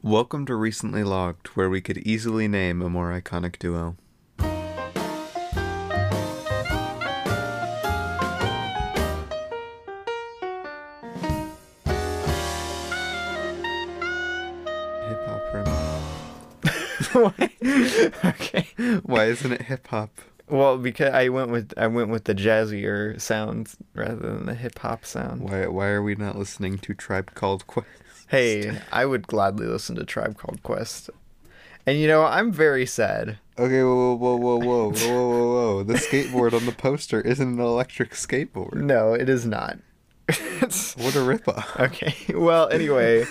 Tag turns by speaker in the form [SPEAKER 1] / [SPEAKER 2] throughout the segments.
[SPEAKER 1] Welcome to Recently Logged, where we could easily name a more iconic duo. Hip hop rim.
[SPEAKER 2] okay.
[SPEAKER 1] Why isn't it hip hop?
[SPEAKER 2] Well, because I went with I went with the jazzier sounds rather than the hip hop sound.
[SPEAKER 1] Why why are we not listening to Tribe Called Quest?
[SPEAKER 2] Hey, I would gladly listen to Tribe Called Quest. And you know, I'm very sad.
[SPEAKER 1] Okay, whoa, whoa, whoa, whoa, whoa, whoa, whoa, whoa! The skateboard on the poster isn't an electric skateboard.
[SPEAKER 2] No, it is not. It's-
[SPEAKER 1] What a ripoff!
[SPEAKER 2] okay. Well, anyway,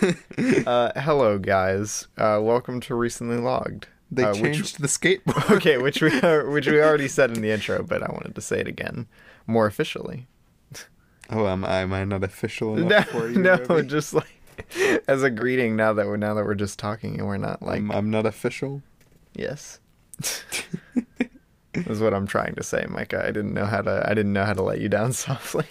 [SPEAKER 2] uh, hello guys. Uh, welcome to Recently Logged.
[SPEAKER 1] They
[SPEAKER 2] uh, which-
[SPEAKER 1] changed the skateboard.
[SPEAKER 2] okay, which we which we already said in the intro, but I wanted to say it again more officially.
[SPEAKER 1] Oh, am I, am I not official enough
[SPEAKER 2] No,
[SPEAKER 1] for you?
[SPEAKER 2] no,
[SPEAKER 1] Ruby?
[SPEAKER 2] just like as a greeting. Now that we're now that we're just talking and we're not like
[SPEAKER 1] I'm, I'm not official.
[SPEAKER 2] yes, is what I'm trying to say, Micah. I didn't know how to I didn't know how to let you down softly.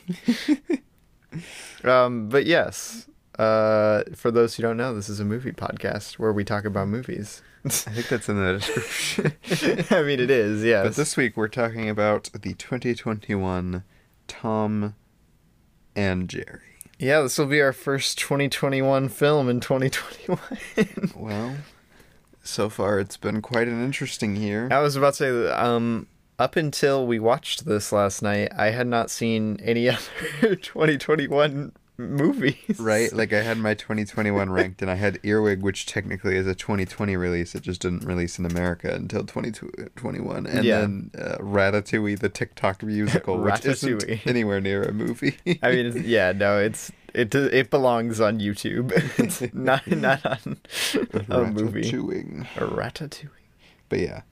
[SPEAKER 2] um, but yes, uh, for those who don't know, this is a movie podcast where we talk about movies.
[SPEAKER 1] I think that's in the description.
[SPEAKER 2] I mean, it is yes.
[SPEAKER 1] But this week we're talking about the 2021 Tom and Jerry.
[SPEAKER 2] Yeah, this will be our first 2021 film in 2021.
[SPEAKER 1] Well, so far it's been quite an interesting year.
[SPEAKER 2] I was about to say, that, um, up until we watched this last night, I had not seen any other 2021 movies.
[SPEAKER 1] Right? Like I had my 2021 ranked and I had Earwig which technically is a 2020 release. It just didn't release in America until 2021 and
[SPEAKER 2] Yeah.
[SPEAKER 1] then uh, Ratatouille the TikTok musical which isn't
[SPEAKER 2] Ratatouille.
[SPEAKER 1] anywhere near a movie.
[SPEAKER 2] I mean, it's- yeah, no, it's it do- it belongs on YouTube. It's not not on a movie.
[SPEAKER 1] Ratatouille.
[SPEAKER 2] A Ratatouille.
[SPEAKER 1] But yeah,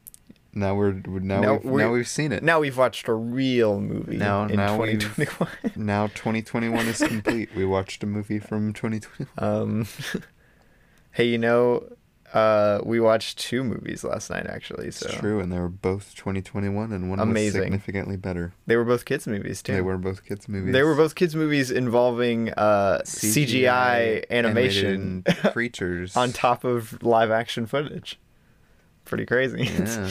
[SPEAKER 1] now we're now
[SPEAKER 2] Now
[SPEAKER 1] we've,
[SPEAKER 2] we're-
[SPEAKER 1] now we've seen it.
[SPEAKER 2] Now we've watched a real movie
[SPEAKER 1] Now-
[SPEAKER 2] in
[SPEAKER 1] now we've-
[SPEAKER 2] 2021.
[SPEAKER 1] Now 2021 is complete. we watched a movie from 2021.
[SPEAKER 2] Um, hey, you know, uh, we watched two movies last night actually. So
[SPEAKER 1] It's true, and they were both 2021, and one
[SPEAKER 2] Amazing.
[SPEAKER 1] was significantly better.
[SPEAKER 2] they were both kids movies too.
[SPEAKER 1] They were both kids movies.
[SPEAKER 2] They were both kids movies involving uh, CGI, animation
[SPEAKER 1] animated creatures
[SPEAKER 2] on top of live action footage. Pretty crazy.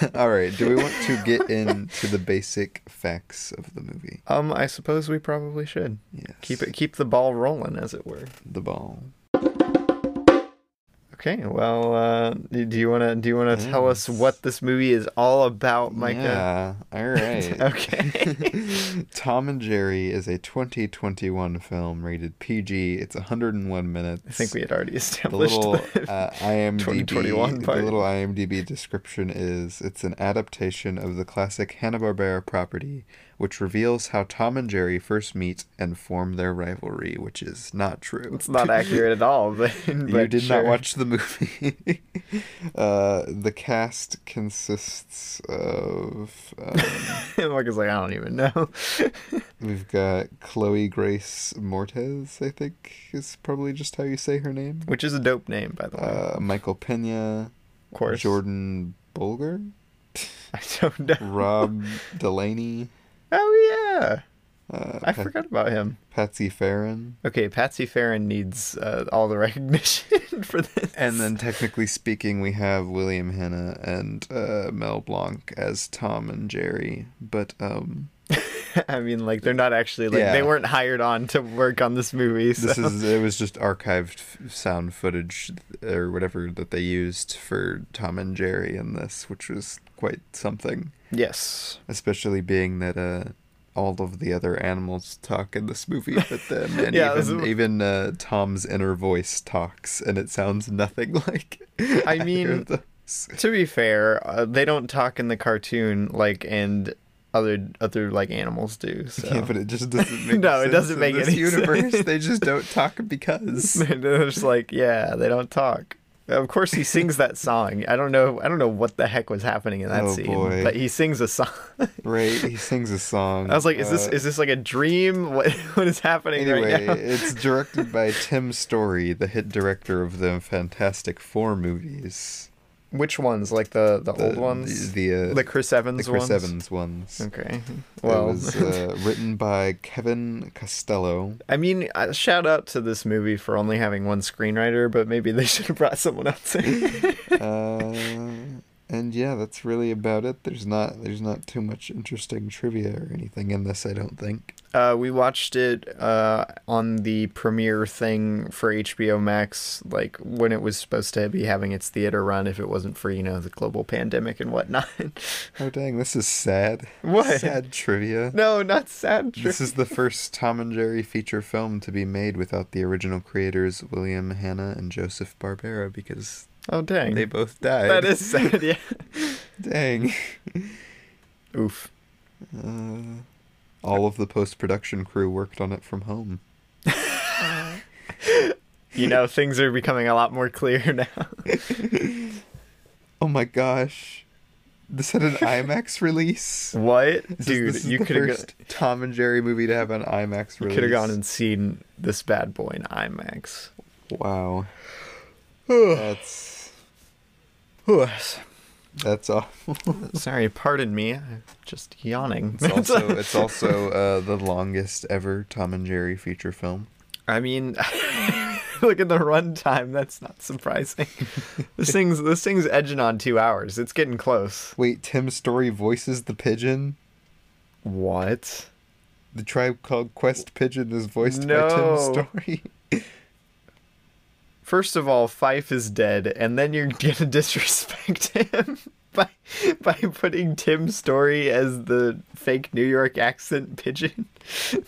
[SPEAKER 1] Yeah. All right. Do we want to get into the basic facts of the movie?
[SPEAKER 2] um, I suppose we probably should
[SPEAKER 1] Yes.
[SPEAKER 2] keep it keep the ball rolling, as it were.
[SPEAKER 1] The ball.
[SPEAKER 2] Okay. Well, uh, do do you wanna do you wanna tell us what this movie is all about, Micah?
[SPEAKER 1] Yeah. All right.
[SPEAKER 2] Okay.
[SPEAKER 1] Tom and Jerry is a 2021 film rated PG. It's 101 minutes.
[SPEAKER 2] I think we had already
[SPEAKER 1] the
[SPEAKER 2] established
[SPEAKER 1] little
[SPEAKER 2] that.
[SPEAKER 1] uh, IMDb
[SPEAKER 2] 2021
[SPEAKER 1] the
[SPEAKER 2] part.
[SPEAKER 1] little IMDb description is it's an adaptation of the classic Hanna-Barbera property, which reveals how Tom and Jerry first meet and form their rivalry, which is not true.
[SPEAKER 2] it's not accurate at all. But,
[SPEAKER 1] you
[SPEAKER 2] but
[SPEAKER 1] did
[SPEAKER 2] sure.
[SPEAKER 1] not watch the movie. uh, the cast consists of um,
[SPEAKER 2] Micah's like, I don't even know.
[SPEAKER 1] we've got Chloe Grace Mortez, I think is probably just how you say her name.
[SPEAKER 2] Which is a dope name, by the way.
[SPEAKER 1] Uh, Michael Pena,
[SPEAKER 2] of course.
[SPEAKER 1] Jordan Bulger.
[SPEAKER 2] I don't know.
[SPEAKER 1] Rob Delaney,
[SPEAKER 2] Oh yeah,
[SPEAKER 1] uh,
[SPEAKER 2] I
[SPEAKER 1] Pat-
[SPEAKER 2] forgot about him.
[SPEAKER 1] Patsy Farron.
[SPEAKER 2] Okay, Patsy Farron needs uh, all the recognition for this.
[SPEAKER 1] And then, technically speaking, we have William Hanna and uh, Mel Blanc as Tom and Jerry. But um,
[SPEAKER 2] I mean, like they're not actually like
[SPEAKER 1] Yeah.
[SPEAKER 2] they weren't hired on to work on this movie. So.
[SPEAKER 1] this is it was just archived f- sound footage or whatever that they used for Tom and Jerry in this, which was quite something.
[SPEAKER 2] yes.
[SPEAKER 1] Especially being that uh, all of the other animals talk in this movie with them, and
[SPEAKER 2] Yeah, this
[SPEAKER 1] even
[SPEAKER 2] is-
[SPEAKER 1] even uh, Tom's inner voice talks, and it sounds nothing like.
[SPEAKER 2] I
[SPEAKER 1] either
[SPEAKER 2] mean-
[SPEAKER 1] of those.
[SPEAKER 2] To be fair, uh, they don't talk in the cartoon like and other other like animals do. So.
[SPEAKER 1] yeah, but it just doesn't make
[SPEAKER 2] No, it
[SPEAKER 1] sense
[SPEAKER 2] doesn't
[SPEAKER 1] in
[SPEAKER 2] make
[SPEAKER 1] this
[SPEAKER 2] any
[SPEAKER 1] universe.
[SPEAKER 2] sense.
[SPEAKER 1] They just don't talk because.
[SPEAKER 2] they're just like, yeah, they don't talk. Of course, he sings that song. I don't know. I don't know what the heck was happening in that
[SPEAKER 1] Oh,
[SPEAKER 2] scene,
[SPEAKER 1] boy.
[SPEAKER 2] but he sings a song.
[SPEAKER 1] Right? He sings a song.
[SPEAKER 2] I was like, is this
[SPEAKER 1] uh,
[SPEAKER 2] is this like a dream? What what is happening right
[SPEAKER 1] Anyway,
[SPEAKER 2] now?
[SPEAKER 1] it's directed by Tim Story, the hit director of the Fantastic Four movies.
[SPEAKER 2] Which ones? Like the the, old
[SPEAKER 1] The-
[SPEAKER 2] ones?
[SPEAKER 1] The the, uh,
[SPEAKER 2] The, Chris Evans
[SPEAKER 1] the Chris
[SPEAKER 2] ones.
[SPEAKER 1] Evans ones.
[SPEAKER 2] Okay. Well,
[SPEAKER 1] it was uh, written by Kevin Costello.
[SPEAKER 2] I mean, uh, shout out to this movie for only having one screenwriter, but maybe they should have brought someone else in.
[SPEAKER 1] Uh, and yeah, that's really about it. There's not there's not too much interesting trivia or anything in this, I don't think.
[SPEAKER 2] Uh, we watched it uh, on the premiere thing for HBO Max, like when it was supposed to be having its theater run if it wasn't for, you know, the global pandemic and whatnot.
[SPEAKER 1] Oh dang, this is sad.
[SPEAKER 2] What?
[SPEAKER 1] Sad trivia.
[SPEAKER 2] no, not sad. True.
[SPEAKER 1] This is the first Tom and Jerry feature film to be made without the original creators William Hanna and Joseph Barbera because
[SPEAKER 2] Oh, dang.
[SPEAKER 1] they both died.
[SPEAKER 2] that is sad, yeah.
[SPEAKER 1] dang.
[SPEAKER 2] Oof.
[SPEAKER 1] Uh, all of the post production crew worked on it from home.
[SPEAKER 2] You know, things are becoming a lot more clear now.
[SPEAKER 1] Oh my gosh. This had an IMAX release.
[SPEAKER 2] What?
[SPEAKER 1] This is-
[SPEAKER 2] Dude,
[SPEAKER 1] this is
[SPEAKER 2] you
[SPEAKER 1] the
[SPEAKER 2] could have go-
[SPEAKER 1] first Tom and Jerry movie to have an IMAX
[SPEAKER 2] you
[SPEAKER 1] release.
[SPEAKER 2] could have gone and seen this bad boy in IMAX.
[SPEAKER 1] Wow, that's that's awful.
[SPEAKER 2] Sorry, pardon me. I'm just yawning.
[SPEAKER 1] It's also it's also uh, the longest ever Tom and Jerry feature film.
[SPEAKER 2] I mean, look at the runtime. That's not surprising. this thing's this thing's edging on two hours. It's getting close.
[SPEAKER 1] Wait, Tim Story voices the pigeon.
[SPEAKER 2] What?
[SPEAKER 1] The Tribe Called Quest pigeon is voiced
[SPEAKER 2] No.
[SPEAKER 1] by Tim Story.
[SPEAKER 2] First of all, Fife is dead, and then you're gonna disrespect him by by putting Tim Story as the fake New York accent pigeon.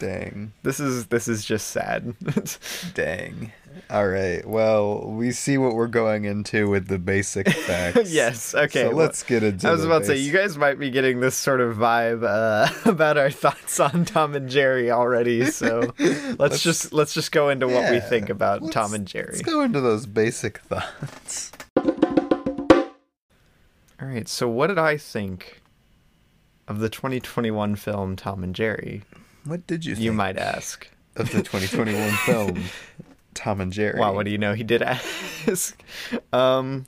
[SPEAKER 1] Dang,
[SPEAKER 2] this is this is just sad.
[SPEAKER 1] dang. All right. Well, we see what we're going into with the basic facts.
[SPEAKER 2] yes. Okay.
[SPEAKER 1] So
[SPEAKER 2] well-
[SPEAKER 1] let's get into.
[SPEAKER 2] I was
[SPEAKER 1] the
[SPEAKER 2] about to say,
[SPEAKER 1] basic-
[SPEAKER 2] you guys might be getting this sort of vibe uh, about our thoughts on Tom and Jerry already. So let's, just let's just go into what we
[SPEAKER 1] Yeah,
[SPEAKER 2] think about
[SPEAKER 1] let's-
[SPEAKER 2] Tom and Jerry.
[SPEAKER 1] Let's go into those basic thoughts.
[SPEAKER 2] All right. So what did I think of the 2021 film Tom and Jerry?
[SPEAKER 1] What did you?
[SPEAKER 2] You
[SPEAKER 1] think?
[SPEAKER 2] might ask.
[SPEAKER 1] of the 2021 film Tom and Jerry.
[SPEAKER 2] Wow, what do you know? He did ask. Um,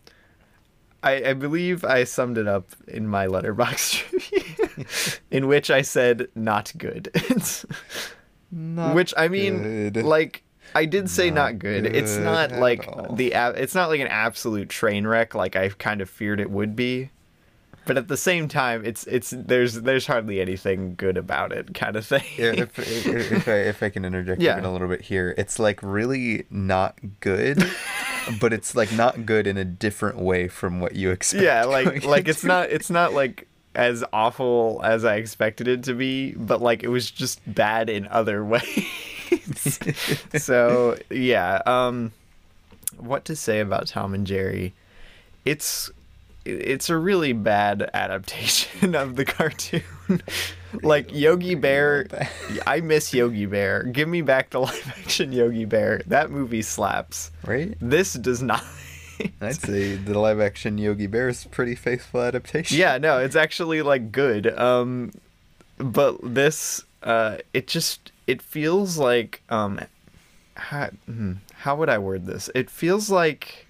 [SPEAKER 2] I, I believe I summed it up in my letterbox review, in which I said not good.
[SPEAKER 1] Not
[SPEAKER 2] which I mean,
[SPEAKER 1] good.
[SPEAKER 2] like I did say not,
[SPEAKER 1] Not
[SPEAKER 2] good. It's
[SPEAKER 1] good
[SPEAKER 2] not
[SPEAKER 1] at
[SPEAKER 2] like
[SPEAKER 1] all.
[SPEAKER 2] the ab- it's not like an absolute train wreck like I kind of feared it would be. But at the same time, it's it's there's there's hardly anything good about it, kind of thing.
[SPEAKER 1] Yeah, if, if, if I, if I can interject
[SPEAKER 2] Yeah.
[SPEAKER 1] even a little bit here, it's like really not good, but it's like not good in a different way from what you expect.
[SPEAKER 2] yeah
[SPEAKER 1] going
[SPEAKER 2] like like it's
[SPEAKER 1] into-
[SPEAKER 2] not it's not like as awful as i expected it to be but like it was just bad in other ways so yeah um what to say about tom and jerry it's it's a really bad adaptation of the cartoon like yogi bear i miss yogi bear give me back the live action yogi bear that movie slaps
[SPEAKER 1] right.
[SPEAKER 2] this does not
[SPEAKER 1] I'd say the live action Yogi Bear is a pretty faithful adaptation.
[SPEAKER 2] yeah no it's actually like good um but this uh it just it feels like um how, hmm, how would i word this it feels like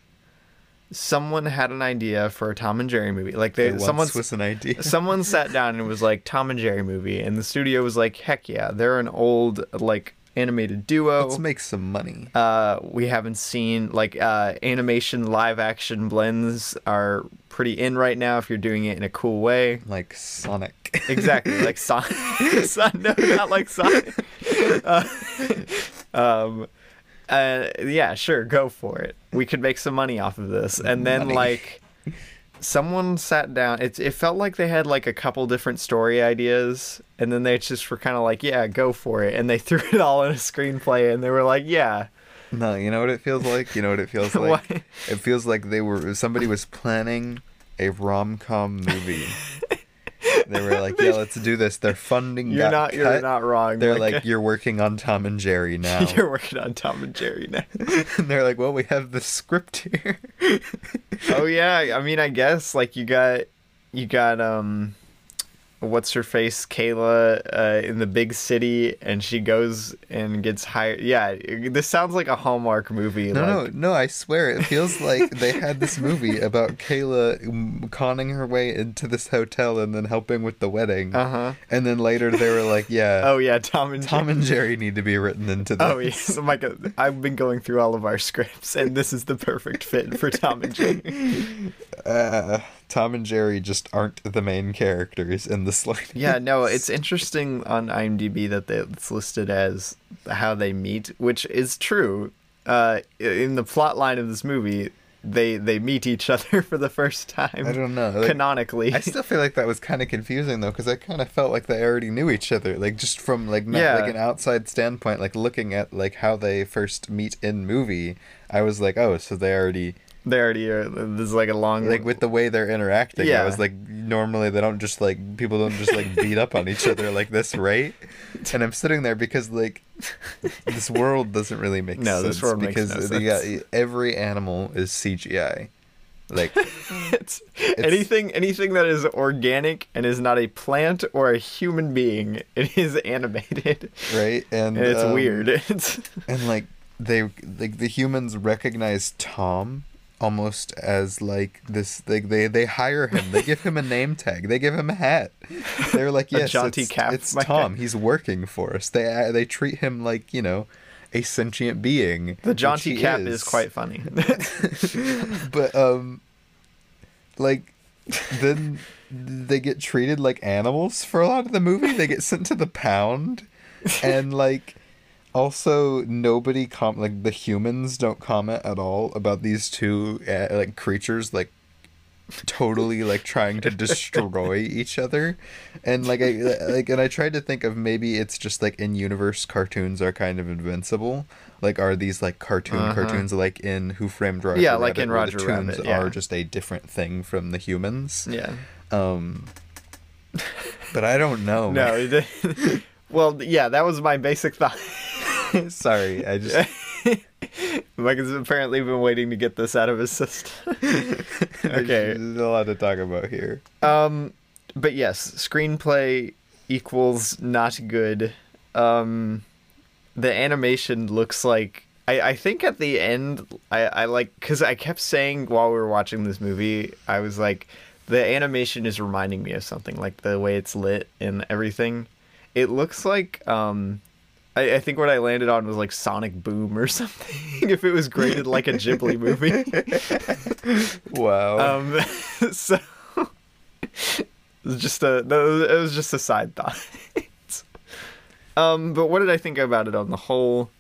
[SPEAKER 2] someone had an idea for a tom and jerry movie like
[SPEAKER 1] It
[SPEAKER 2] they
[SPEAKER 1] once
[SPEAKER 2] someone
[SPEAKER 1] was an idea.
[SPEAKER 2] someone sat down and was like tom and jerry movie and the studio was like heck yeah they're an old like animated duo
[SPEAKER 1] Let's make some money.
[SPEAKER 2] uh, we haven't seen like uh, animation live action blends are pretty in right now if you're doing it in a cool way
[SPEAKER 1] Like Sonic.
[SPEAKER 2] exactly like Sonic. Son- no, not like Sonic. Uh, um, uh, yeah, sure, go for it. We could make some money off of this, and then
[SPEAKER 1] Money.
[SPEAKER 2] like someone sat down. It it felt like they had like a couple different story ideas, and then they just were kind of like, yeah, go for it, and they threw it all in a screenplay, and they were like, yeah.
[SPEAKER 1] No, you know what it feels like? You know what it feels like?
[SPEAKER 2] What?
[SPEAKER 1] It feels like they were somebody was planning a rom com movie. they were like, Yeah, let's do this. Their funding
[SPEAKER 2] You're
[SPEAKER 1] got
[SPEAKER 2] not. You're
[SPEAKER 1] cut.
[SPEAKER 2] not wrong.
[SPEAKER 1] They're like, You're working on Tom and Jerry now.
[SPEAKER 2] you're working on Tom and Jerry now.
[SPEAKER 1] and they're like, Well, we have the script here.
[SPEAKER 2] oh yeah i mean i guess like you got you got um what's her face Kayla uh, in the big city, and she goes and gets hired. Yeah, this sounds like a Hallmark movie.
[SPEAKER 1] No,
[SPEAKER 2] like,
[SPEAKER 1] no, no! I swear, it feels like they had this movie about Kayla mm, conning her way into this hotel and then helping with the wedding.
[SPEAKER 2] Uh-huh.
[SPEAKER 1] And then later they were like, "Yeah,
[SPEAKER 2] Oh yeah, Tom and
[SPEAKER 1] Tom and Jerry need to be written into this."
[SPEAKER 2] Oh yes, Micah. I've been going through all of our scripts, and this is the perfect fit for Tom and Jerry.
[SPEAKER 1] Uh, Tom and Jerry just aren't the main characters in the slightest.
[SPEAKER 2] Yeah, no, it's interesting on IMDb that they- it's listed as how they meet, which is true. Uh, in the plot line of this movie, they they meet each other for the first time.
[SPEAKER 1] I don't know. like,
[SPEAKER 2] canonically.
[SPEAKER 1] I still feel like that was kind of confusing though, because I kind of felt like they already knew each other, like just from like not,
[SPEAKER 2] Yeah.
[SPEAKER 1] like an outside standpoint, like looking at like how they first meet in movie. I was like, oh, so they already
[SPEAKER 2] they already are. This is like a long
[SPEAKER 1] like with the way they're interacting. I
[SPEAKER 2] Yeah.
[SPEAKER 1] was like, normally they don't just like people don't just like beat up on each other like this, right? And I'm sitting there because like this world doesn't really make
[SPEAKER 2] No,
[SPEAKER 1] sense
[SPEAKER 2] this world makes
[SPEAKER 1] because
[SPEAKER 2] no
[SPEAKER 1] they
[SPEAKER 2] sense.
[SPEAKER 1] got- every animal is CGI. Like
[SPEAKER 2] it's, anything anything that is organic and is not a plant or a human being. It is animated.
[SPEAKER 1] right, and
[SPEAKER 2] And it's
[SPEAKER 1] um,
[SPEAKER 2] weird. It's
[SPEAKER 1] and like they like the humans recognize Tom almost as like this like they they hire him they give him a name tag they give him a hat they're like
[SPEAKER 2] A
[SPEAKER 1] yes
[SPEAKER 2] jaunty
[SPEAKER 1] it's,
[SPEAKER 2] cap,
[SPEAKER 1] it's
[SPEAKER 2] my
[SPEAKER 1] Tom
[SPEAKER 2] guy."
[SPEAKER 1] he's working for us they uh, they treat him like you know a sentient being
[SPEAKER 2] the
[SPEAKER 1] which
[SPEAKER 2] jaunty
[SPEAKER 1] he
[SPEAKER 2] cap is quite funny.
[SPEAKER 1] but um like then they get treated like animals for a lot of the movie they get sent to the pound and like also nobody com like the humans don't comment at all about these two uh, like creatures like totally like trying to destroy each other and like i like and i tried to think of maybe it's just like in universe cartoons are kind of invincible like are these like cartoon cartoons like in who framed roger
[SPEAKER 2] Uh-huh. Yeah, like
[SPEAKER 1] Rabbit,
[SPEAKER 2] in
[SPEAKER 1] where
[SPEAKER 2] Roger
[SPEAKER 1] the toons
[SPEAKER 2] Rabbit, yeah.
[SPEAKER 1] are just a different thing from the humans
[SPEAKER 2] yeah.
[SPEAKER 1] um but i don't know
[SPEAKER 2] No. it- well, yeah, that was my basic thought.
[SPEAKER 1] man. sorry i just
[SPEAKER 2] Mike has apparently been waiting to get this out of his system. okay.
[SPEAKER 1] there's a lot to talk about here
[SPEAKER 2] Um, but yes, screenplay equals not good. Um, the animation looks like I, I think at the end I, I like because I kept saying while we were watching this movie I was like the animation is reminding me of something like the way it's lit and everything. It looks like um, I, I think what I landed on was like Sonic Boom or something if it was graded like a Ghibli movie.
[SPEAKER 1] wow
[SPEAKER 2] Um, so it was just a that was- it was just a side thought. um, but what did I think about it on the whole?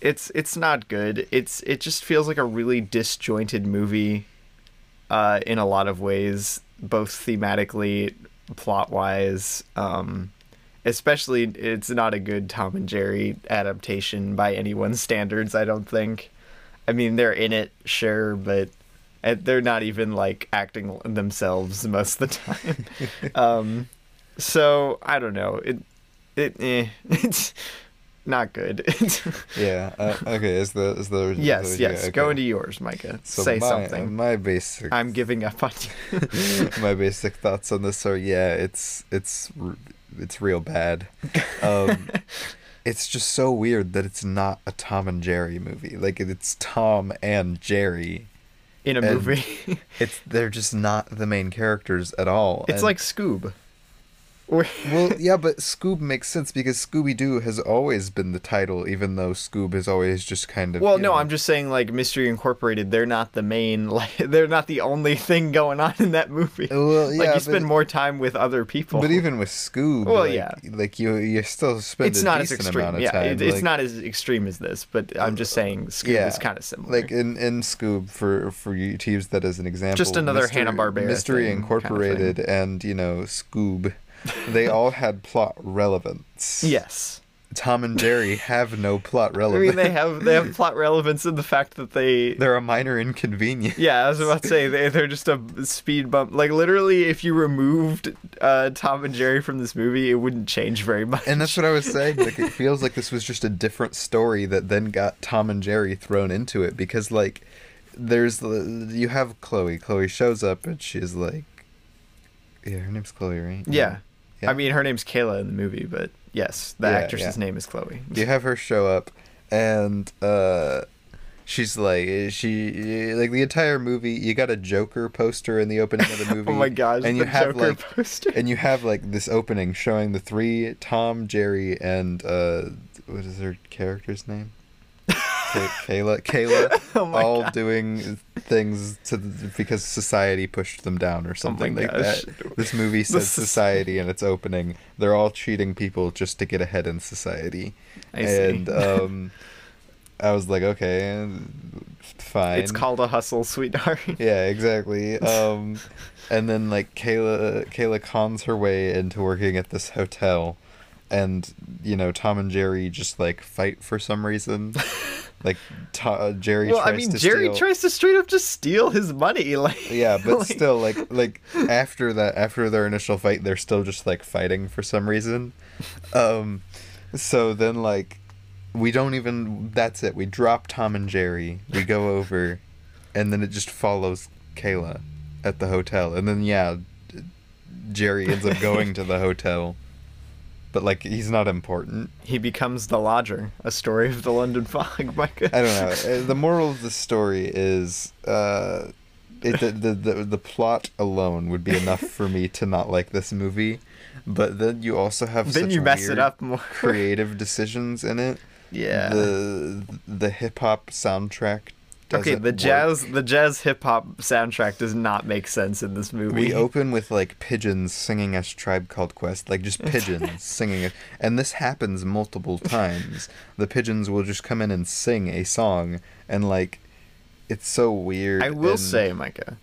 [SPEAKER 2] It's it's not good. It's it just feels like a really disjointed movie, uh, in a lot of ways, both thematically, plot wise. Um, especially it's not a good Tom and Jerry adaptation by anyone's standards. I don't think. I mean, they're in it, sure, but and they're not even like acting themselves most of the time. um, so I don't know. It it eh, it's not good.
[SPEAKER 1] yeah uh, okay is the is the
[SPEAKER 2] yes,
[SPEAKER 1] yeah,
[SPEAKER 2] yes. Go
[SPEAKER 1] okay.
[SPEAKER 2] into yours, Micah.
[SPEAKER 1] So
[SPEAKER 2] Say
[SPEAKER 1] my,
[SPEAKER 2] something.
[SPEAKER 1] My basic
[SPEAKER 2] I'm giving up on you.
[SPEAKER 1] my basic thoughts on this are yeah, it's it's r- it's real bad. Um, it's just so weird that it's not a Tom and Jerry movie. Like it- it's Tom and Jerry.
[SPEAKER 2] in a
[SPEAKER 1] And-
[SPEAKER 2] movie.
[SPEAKER 1] It's they're just not the main characters at all.
[SPEAKER 2] it's
[SPEAKER 1] and-
[SPEAKER 2] like Scoob. Or-
[SPEAKER 1] well, yeah, but Scoob makes sense because Scooby Doo has always been the title, even though Scoob is always just kind of.
[SPEAKER 2] Well,
[SPEAKER 1] you
[SPEAKER 2] no,
[SPEAKER 1] know, uh,
[SPEAKER 2] I'm just saying like Mystery Incorporated, they're not the main like they're not the only thing going on in that movie.
[SPEAKER 1] Well, yeah,
[SPEAKER 2] like you
[SPEAKER 1] but-
[SPEAKER 2] spend more time with other people.
[SPEAKER 1] But even with Scoob,
[SPEAKER 2] Well,
[SPEAKER 1] like,
[SPEAKER 2] yeah.
[SPEAKER 1] like you, you still spend
[SPEAKER 2] it's
[SPEAKER 1] a
[SPEAKER 2] not as
[SPEAKER 1] decent amount
[SPEAKER 2] extreme.
[SPEAKER 1] of
[SPEAKER 2] Yeah,
[SPEAKER 1] time.
[SPEAKER 2] it, it's
[SPEAKER 1] like-
[SPEAKER 2] not as extreme as this, but I'm just saying Scoob is kind of similar.
[SPEAKER 1] Like in in Scoob for for you to use that as an example.
[SPEAKER 2] another Hanna-Barbera
[SPEAKER 1] Mystery
[SPEAKER 2] thing, kind of thing.
[SPEAKER 1] Incorporated and you know Scoob, they all had plot relevance.
[SPEAKER 2] yes.
[SPEAKER 1] Tom and Jerry have no plot
[SPEAKER 2] I
[SPEAKER 1] relevance.
[SPEAKER 2] mean they have they have plot relevance in the fact that they
[SPEAKER 1] They're a minor inconvenience.
[SPEAKER 2] yeah, I was about to say they they're just a speed bump. Like literally if you removed uh, Tom and Jerry from this movie, it wouldn't change very much.
[SPEAKER 1] And that's what I was saying. Like it feels like this was just a different story that then got Tom and Jerry thrown into it because like there's the- you have Chloe. Chloe shows up and she's like yeah, her name's Chloe, right?
[SPEAKER 2] Yeah.
[SPEAKER 1] Yeah.
[SPEAKER 2] I mean, her name's Kayla in the movie, but yes, the
[SPEAKER 1] Yeah,
[SPEAKER 2] actress's
[SPEAKER 1] yeah.
[SPEAKER 2] name is Chloe.
[SPEAKER 1] you have her show up and uh she's like she like the entire movie you got a joker poster in the opening of the movie
[SPEAKER 2] Oh my gosh,
[SPEAKER 1] and you
[SPEAKER 2] the
[SPEAKER 1] have
[SPEAKER 2] Joker
[SPEAKER 1] like
[SPEAKER 2] poster.
[SPEAKER 1] and you have like this opening showing the three tom jerry and uh what is their character's name Kay- Kayla, Kayla,
[SPEAKER 2] Oh my
[SPEAKER 1] all
[SPEAKER 2] gosh.
[SPEAKER 1] doing things to because society pushed them down or something like
[SPEAKER 2] Oh gosh.
[SPEAKER 1] that. This movie says
[SPEAKER 2] This is-
[SPEAKER 1] society in its opening. They're all cheating people just to get ahead in society
[SPEAKER 2] I see.
[SPEAKER 1] and um, I was like, okay, fine.
[SPEAKER 2] it's called a hustle, sweetheart.
[SPEAKER 1] Yeah, exactly. Um, and then like Kayla, Kayla cons her way into working at this hotel, and you know Tom and Jerry just like fight for some reason. like to- Jerry
[SPEAKER 2] well,
[SPEAKER 1] tries
[SPEAKER 2] I mean,
[SPEAKER 1] to
[SPEAKER 2] Jerry
[SPEAKER 1] steal.
[SPEAKER 2] tries to straight up just steal his money. Like,
[SPEAKER 1] yeah, but
[SPEAKER 2] like,
[SPEAKER 1] still, like, like after that, after their initial fight, they're still just like fighting for some reason. Um, so then, like, we don't even. That's it. We drop Tom and Jerry. We go over, and then it just follows Kayla at the hotel, and then yeah, Jerry ends up going to the hotel, but like he's not important.
[SPEAKER 2] he becomes the lodger. A story of the London fog. My God.
[SPEAKER 1] I don't know. Uh, The moral of the story is uh, it, the, the, the, the plot alone would be enough for me to not like this movie. But then you also have
[SPEAKER 2] Then
[SPEAKER 1] such
[SPEAKER 2] you mess it
[SPEAKER 1] weird
[SPEAKER 2] up more.
[SPEAKER 1] creative decisions in it.
[SPEAKER 2] yeah.
[SPEAKER 1] The the hip hop soundtrack.
[SPEAKER 2] okay,
[SPEAKER 1] doesn't
[SPEAKER 2] the
[SPEAKER 1] work.
[SPEAKER 2] jazz, the jazz hip hop soundtrack does not make sense in this movie.
[SPEAKER 1] We open with like pigeons singing as Tribe Called Quest, like just pigeons singing it. And this happens multiple times. The pigeons will just come in and sing a song, and like, it's so weird.
[SPEAKER 2] I will
[SPEAKER 1] and-
[SPEAKER 2] say, Micah,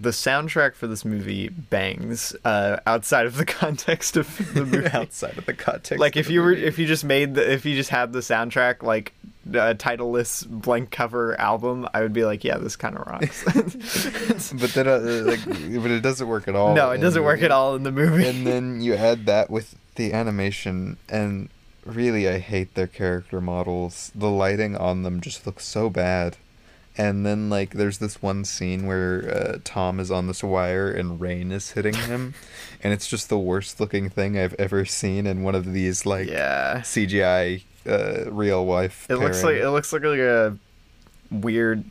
[SPEAKER 2] the soundtrack for this movie bangs uh, outside of the context of the movie.
[SPEAKER 1] outside of the context.
[SPEAKER 2] like
[SPEAKER 1] of
[SPEAKER 2] if
[SPEAKER 1] the
[SPEAKER 2] you were,
[SPEAKER 1] movie.
[SPEAKER 2] if you just made the, if you just had the soundtrack like a titleless blank cover album, I would be like, yeah, this kind of rocks.
[SPEAKER 1] but then, uh, like, but it doesn't work at all.
[SPEAKER 2] no, it
[SPEAKER 1] in
[SPEAKER 2] doesn't
[SPEAKER 1] the
[SPEAKER 2] work
[SPEAKER 1] movie.
[SPEAKER 2] at all in the movie.
[SPEAKER 1] And then you add that with the animation, and really, I hate their character models. The lighting on them just looks so bad. And then, like, there's this one scene where uh, Tom is on this wire and rain is hitting him, and it's just the worst looking thing I've ever seen in one of these like
[SPEAKER 2] yeah,
[SPEAKER 1] CGI uh, real life.
[SPEAKER 2] it looks like
[SPEAKER 1] pairing.
[SPEAKER 2] it looks like a weird.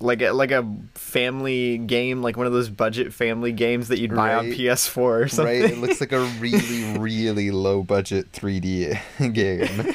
[SPEAKER 2] Like a, like a family game, like one of those budget family games that you'd buy on
[SPEAKER 1] Right.
[SPEAKER 2] PS4 or something.
[SPEAKER 1] Right, it looks like a really, really low budget 3D game.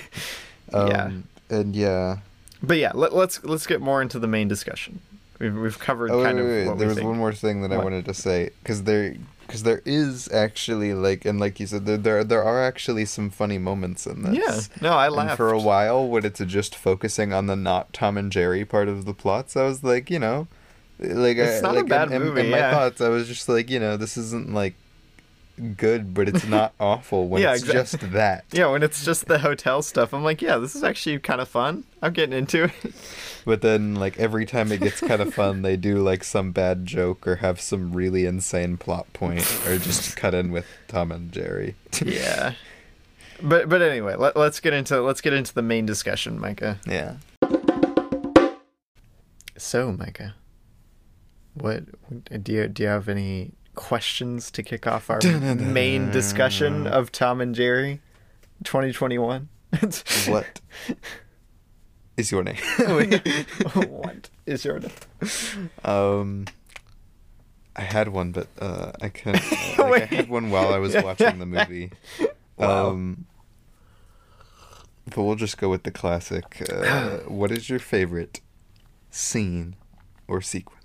[SPEAKER 1] Um,
[SPEAKER 2] Yeah.
[SPEAKER 1] And yeah.
[SPEAKER 2] But yeah, let, let's let's get more into the main discussion. We've, we've covered
[SPEAKER 1] Oh, wait,
[SPEAKER 2] kind
[SPEAKER 1] wait,
[SPEAKER 2] of
[SPEAKER 1] wait.
[SPEAKER 2] what
[SPEAKER 1] There
[SPEAKER 2] we
[SPEAKER 1] was
[SPEAKER 2] think.
[SPEAKER 1] one more thing that I
[SPEAKER 2] What?
[SPEAKER 1] wanted to say because there, because there is actually like, and like you said, there there, there are actually some funny moments in this.
[SPEAKER 2] Yeah, no, I
[SPEAKER 1] And
[SPEAKER 2] laughed.
[SPEAKER 1] for a while, when it's just focusing on the not Tom and Jerry part of the plots, I was like, you know, like
[SPEAKER 2] It's
[SPEAKER 1] I,
[SPEAKER 2] not a
[SPEAKER 1] like,
[SPEAKER 2] bad
[SPEAKER 1] in, in-
[SPEAKER 2] movie,
[SPEAKER 1] In my
[SPEAKER 2] yeah.
[SPEAKER 1] thoughts, I was just like, you know, this isn't like good, but it's not awful when
[SPEAKER 2] Yeah,
[SPEAKER 1] it's
[SPEAKER 2] exact-
[SPEAKER 1] just that.
[SPEAKER 2] Yeah, when it's just the hotel stuff, I'm like, yeah, this is actually kind of fun. I'm getting into it.
[SPEAKER 1] But then, like every time it gets kind of fun, they do like some bad joke or have some really insane plot point, or just cut in with Tom and Jerry.
[SPEAKER 2] yeah. But but anyway, let, let's get into let's get into the main discussion, Micah.
[SPEAKER 1] yeah.
[SPEAKER 2] So, Micah, what what- do you do you have any questions to kick off our main discussion of Tom and Jerry 2021?
[SPEAKER 1] What is your name?
[SPEAKER 2] what is your
[SPEAKER 1] um, I had one, but uh, I couldn't. uh, like, I had one while I was watching the movie.
[SPEAKER 2] Wow.
[SPEAKER 1] Um, but we'll just go with the classic. Uh, what is your favorite scene or sequence?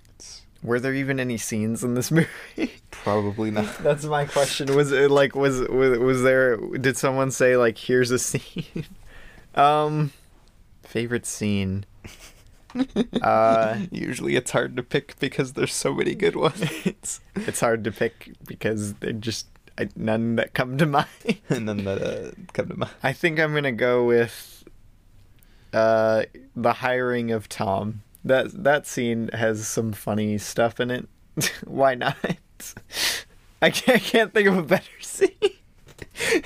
[SPEAKER 2] Were there even any scenes in this movie?
[SPEAKER 1] Probably not.
[SPEAKER 2] That's my question. Was it like was was was there? Did someone say like here's a scene? um, favorite scene. Uh,
[SPEAKER 1] Usually it's hard to pick because there's so many good ones.
[SPEAKER 2] it's hard to pick because they're just I, none that come to mind.
[SPEAKER 1] and then that uh, come to mind.
[SPEAKER 2] I think I'm gonna go with uh the hiring of Tom. That that scene has some funny stuff in it. Why not? I can't, I can't think of a better scene.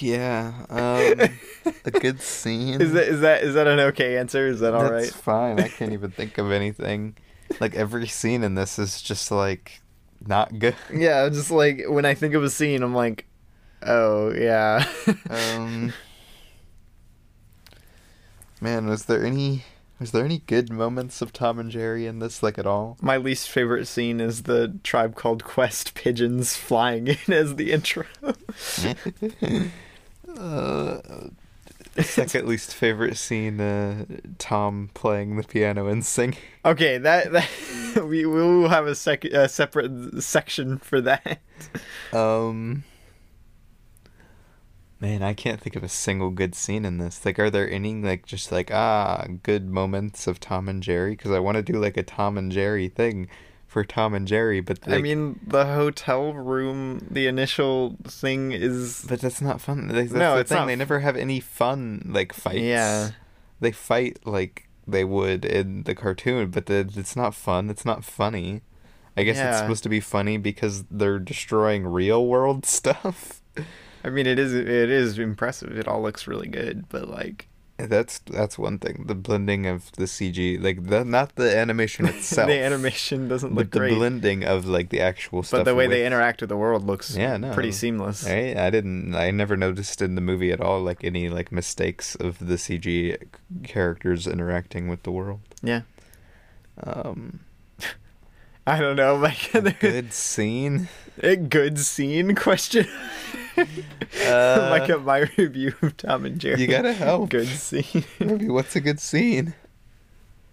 [SPEAKER 1] Yeah, um, a good scene.
[SPEAKER 2] Is that is that is that an okay answer? Is that all
[SPEAKER 1] That's
[SPEAKER 2] right?
[SPEAKER 1] fine. I can't even think of anything. Like every scene in this is just like not good.
[SPEAKER 2] Yeah, just like when I think of a scene, I'm like, oh yeah.
[SPEAKER 1] Um, man, was there any was there any good moments of Tom and Jerry in this like at all?
[SPEAKER 2] My least favorite scene is the tribe called Quest pigeons flying in as the intro.
[SPEAKER 1] Uh, second least favorite scene: uh, Tom playing the piano and singing.
[SPEAKER 2] okay, that, that we will have a sec a separate section for that.
[SPEAKER 1] Um, man, I can't think of a single good scene in this. Like, are there any like just like ah good moments of Tom and Jerry? Because I want to do like a Tom and Jerry thing for Tom and Jerry, but
[SPEAKER 2] I
[SPEAKER 1] like,
[SPEAKER 2] mean, the hotel room, the initial thing is
[SPEAKER 1] but that's not fun. Like, that's
[SPEAKER 2] No,
[SPEAKER 1] the
[SPEAKER 2] it's
[SPEAKER 1] thing.
[SPEAKER 2] not
[SPEAKER 1] They
[SPEAKER 2] f-
[SPEAKER 1] never have any fun like fights.
[SPEAKER 2] Yeah.
[SPEAKER 1] they fight like they would in the cartoon, but the, it's not fun. It's not funny. I guess it's
[SPEAKER 2] Yeah.
[SPEAKER 1] supposed to be funny because they're destroying real world stuff.
[SPEAKER 2] I mean, it is it is impressive. It all looks really good, but like
[SPEAKER 1] That's that's one thing. The blending of the CG, like the, not the animation itself,
[SPEAKER 2] the animation doesn't look
[SPEAKER 1] but the
[SPEAKER 2] great.
[SPEAKER 1] blending of like the actual stuff.
[SPEAKER 2] but the way
[SPEAKER 1] with-
[SPEAKER 2] they interact with the world looks
[SPEAKER 1] Yeah, no.
[SPEAKER 2] pretty seamless.
[SPEAKER 1] Right? I didn't. I never noticed in the movie at all, like any like mistakes of the CG characters interacting with the world.
[SPEAKER 2] Yeah.
[SPEAKER 1] Um,
[SPEAKER 2] I don't know, like
[SPEAKER 1] a
[SPEAKER 2] there-
[SPEAKER 1] good scene.
[SPEAKER 2] a good scene question.
[SPEAKER 1] Uh,
[SPEAKER 2] like at my review of Tom and Jerry.
[SPEAKER 1] You gotta help.
[SPEAKER 2] Good scene.
[SPEAKER 1] Ruby, what's a good scene?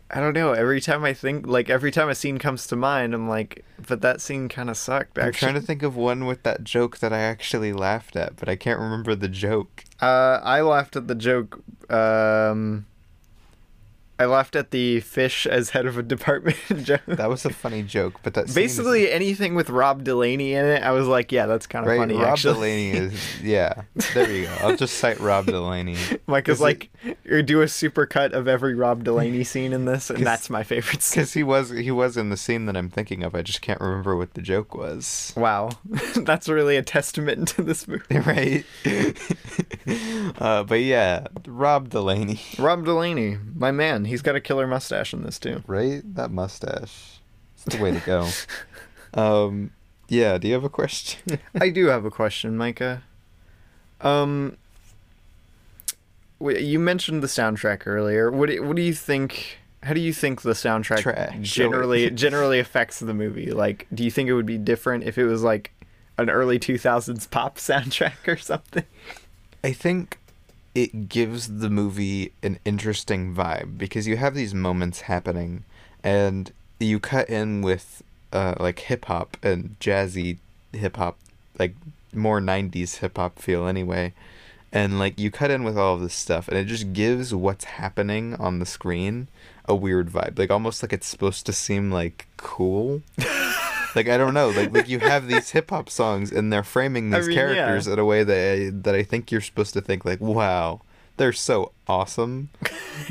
[SPEAKER 2] I don't know. Every time I think, like every time a scene comes to mind, I'm like, but that scene kind of sucked.
[SPEAKER 1] I'm
[SPEAKER 2] Actually,
[SPEAKER 1] trying to think of one with that joke that I actually laughed at, but I can't remember the joke.
[SPEAKER 2] Uh, I laughed at the joke. Um, I laughed at the fish as head of a department joke.
[SPEAKER 1] That was a funny joke, but that scene is-
[SPEAKER 2] Basically, anything with Rob Delaney in it, I was like, yeah, that's kind of
[SPEAKER 1] right.
[SPEAKER 2] funny.
[SPEAKER 1] Rob
[SPEAKER 2] actually.
[SPEAKER 1] Delaney is yeah. There you go. I'll just cite Rob Delaney.
[SPEAKER 2] Mike
[SPEAKER 1] Is
[SPEAKER 2] is
[SPEAKER 1] it-
[SPEAKER 2] like, "You do a supercut of every Rob Delaney scene in this, and
[SPEAKER 1] 'Cause-
[SPEAKER 2] that's my favorite scene.
[SPEAKER 1] Because he was he was in the scene that I'm thinking of. I just can't remember what the joke was.
[SPEAKER 2] Wow, that's really a testament to this movie.
[SPEAKER 1] Right. uh, but yeah, Rob Delaney.
[SPEAKER 2] Rob Delaney, my man, he's got a killer mustache in this too.
[SPEAKER 1] Right? That mustache. It's the way to go. um, yeah. Do you have a question?
[SPEAKER 2] I do have a question, Micah. Um, w- you mentioned the soundtrack earlier. What do, what do you think? How do you think the soundtrack
[SPEAKER 1] Trash.
[SPEAKER 2] generally generally affects the movie? Like, do you think it would be different if it was like an early two thousands pop soundtrack or something?
[SPEAKER 1] I think it gives the movie an interesting vibe because you have these moments happening and you cut in with uh, like hip hop and jazzy hip hop, like more 90s hip hop feel anyway. And like you cut in with all of this stuff and it just gives what's happening on the screen a weird vibe. Like almost like it's supposed to seem like cool. like I don't know, like like you have these hip hop songs and they're framing
[SPEAKER 2] I
[SPEAKER 1] these
[SPEAKER 2] mean, yeah.
[SPEAKER 1] characters in a way that I, that I think you're supposed to think like, wow, they're so awesome,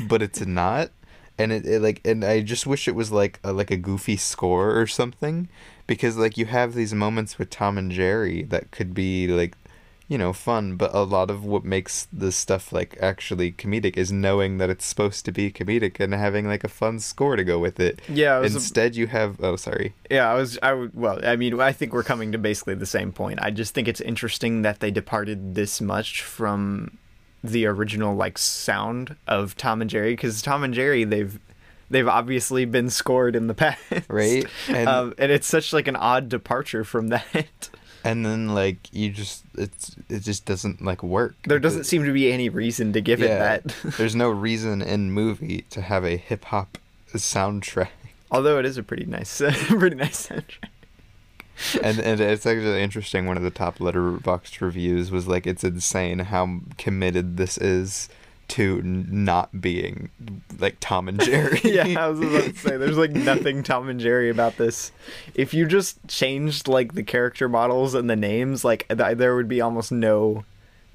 [SPEAKER 1] but it's not. And it, it like and I just wish it was like a, like a goofy score or something, because like you have these moments with Tom and Jerry that could be like, you know, fun. But a lot of what makes this stuff like actually comedic is knowing that it's supposed to be comedic and having like a fun score to go with it.
[SPEAKER 2] Yeah, it was a-
[SPEAKER 1] Instead, you have oh sorry.
[SPEAKER 2] Yeah, I was. I would. Well, I mean, I think we're coming to basically the same point. I just think it's interesting that they departed this much from the original like sound of Tom and Jerry because Tom and Jerry they've they've obviously been scored in the past,
[SPEAKER 1] Right, and-
[SPEAKER 2] And, um, and it's such like an odd departure from that.
[SPEAKER 1] And then like you just it's it just doesn't like work.
[SPEAKER 2] There doesn't seem to be any reason to give
[SPEAKER 1] yeah,
[SPEAKER 2] it that.
[SPEAKER 1] there's no reason in movie to have a hip hop soundtrack,
[SPEAKER 2] Although it is a pretty nice, pretty nice soundtrack.
[SPEAKER 1] and and it's actually interesting. One of the top letterbox reviews was like, "It's insane how committed this is to n- not being like Tom and Jerry."
[SPEAKER 2] yeah, I was about to say there's like nothing Tom and Jerry about this. If you just changed like the character models and the names, like th- there would be almost no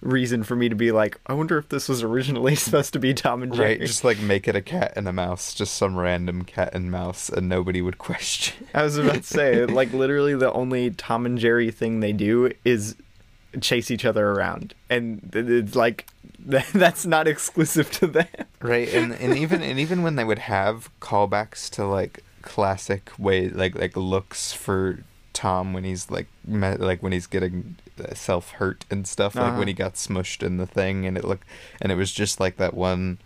[SPEAKER 2] reason for me to be like, I wonder if this was originally supposed to be Tom and Jerry.
[SPEAKER 1] right. Just like make it a cat and a mouse, just some random cat and mouse, and nobody would question.
[SPEAKER 2] I was about to say like literally the only Tom and Jerry thing they do is chase each other around, and th- it's like th- that's not exclusive to them.
[SPEAKER 1] right and, and even and even when they would have callbacks to like classic way like like looks for Tom when he's like me- like when he's getting self hurt and stuff like
[SPEAKER 2] Uh-huh.
[SPEAKER 1] when he got smushed in the thing and it looked and it was just like that one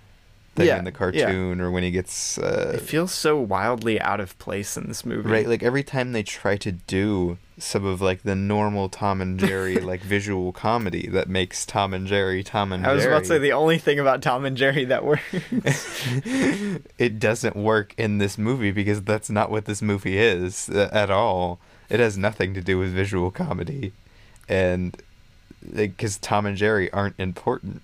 [SPEAKER 1] thing
[SPEAKER 2] Yeah,
[SPEAKER 1] in the
[SPEAKER 2] yeah.
[SPEAKER 1] cartoon or when he gets uh,
[SPEAKER 2] It feels so wildly out of place in this movie.
[SPEAKER 1] right like every time they try to do some of like the normal Tom and Jerry like visual comedy that makes Tom and Jerry Tom and
[SPEAKER 2] I was
[SPEAKER 1] Jerry
[SPEAKER 2] about to say the only thing about Tom and Jerry that works.
[SPEAKER 1] it doesn't work in this movie because that's not what this movie is uh, at all. It has nothing to do with visual comedy, and because Tom and Jerry aren't important.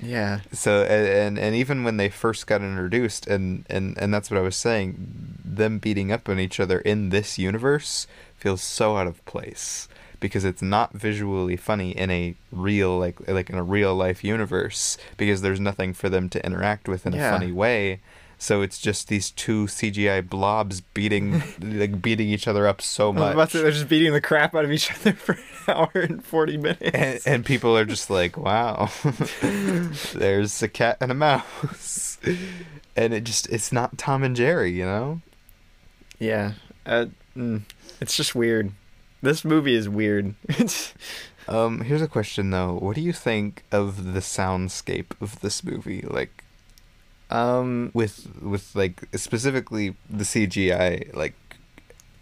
[SPEAKER 2] yeah.
[SPEAKER 1] So a- and and even when they first got introduced, and and and that's what I was saying, them beating up on each other in this universe feels so out of place because it's not visually funny in a real like like in a real life universe because there's nothing for them to interact with in
[SPEAKER 2] Yeah.
[SPEAKER 1] a funny way. So it's just these two CGI blobs beating like beating each other up so
[SPEAKER 2] I was about
[SPEAKER 1] much.
[SPEAKER 2] to say they're just beating the crap out of each other for an hour and 40 minutes.
[SPEAKER 1] And, and people are just like, wow, there's a cat and a mouse. And it just, it's not Tom and Jerry, you know?
[SPEAKER 2] yeah. Uh, mm, it's just weird. This movie is weird.
[SPEAKER 1] Um, here's a question though. What do you think of the soundscape of this movie? Like,
[SPEAKER 2] um,
[SPEAKER 1] with, with like, specifically the CGI, like,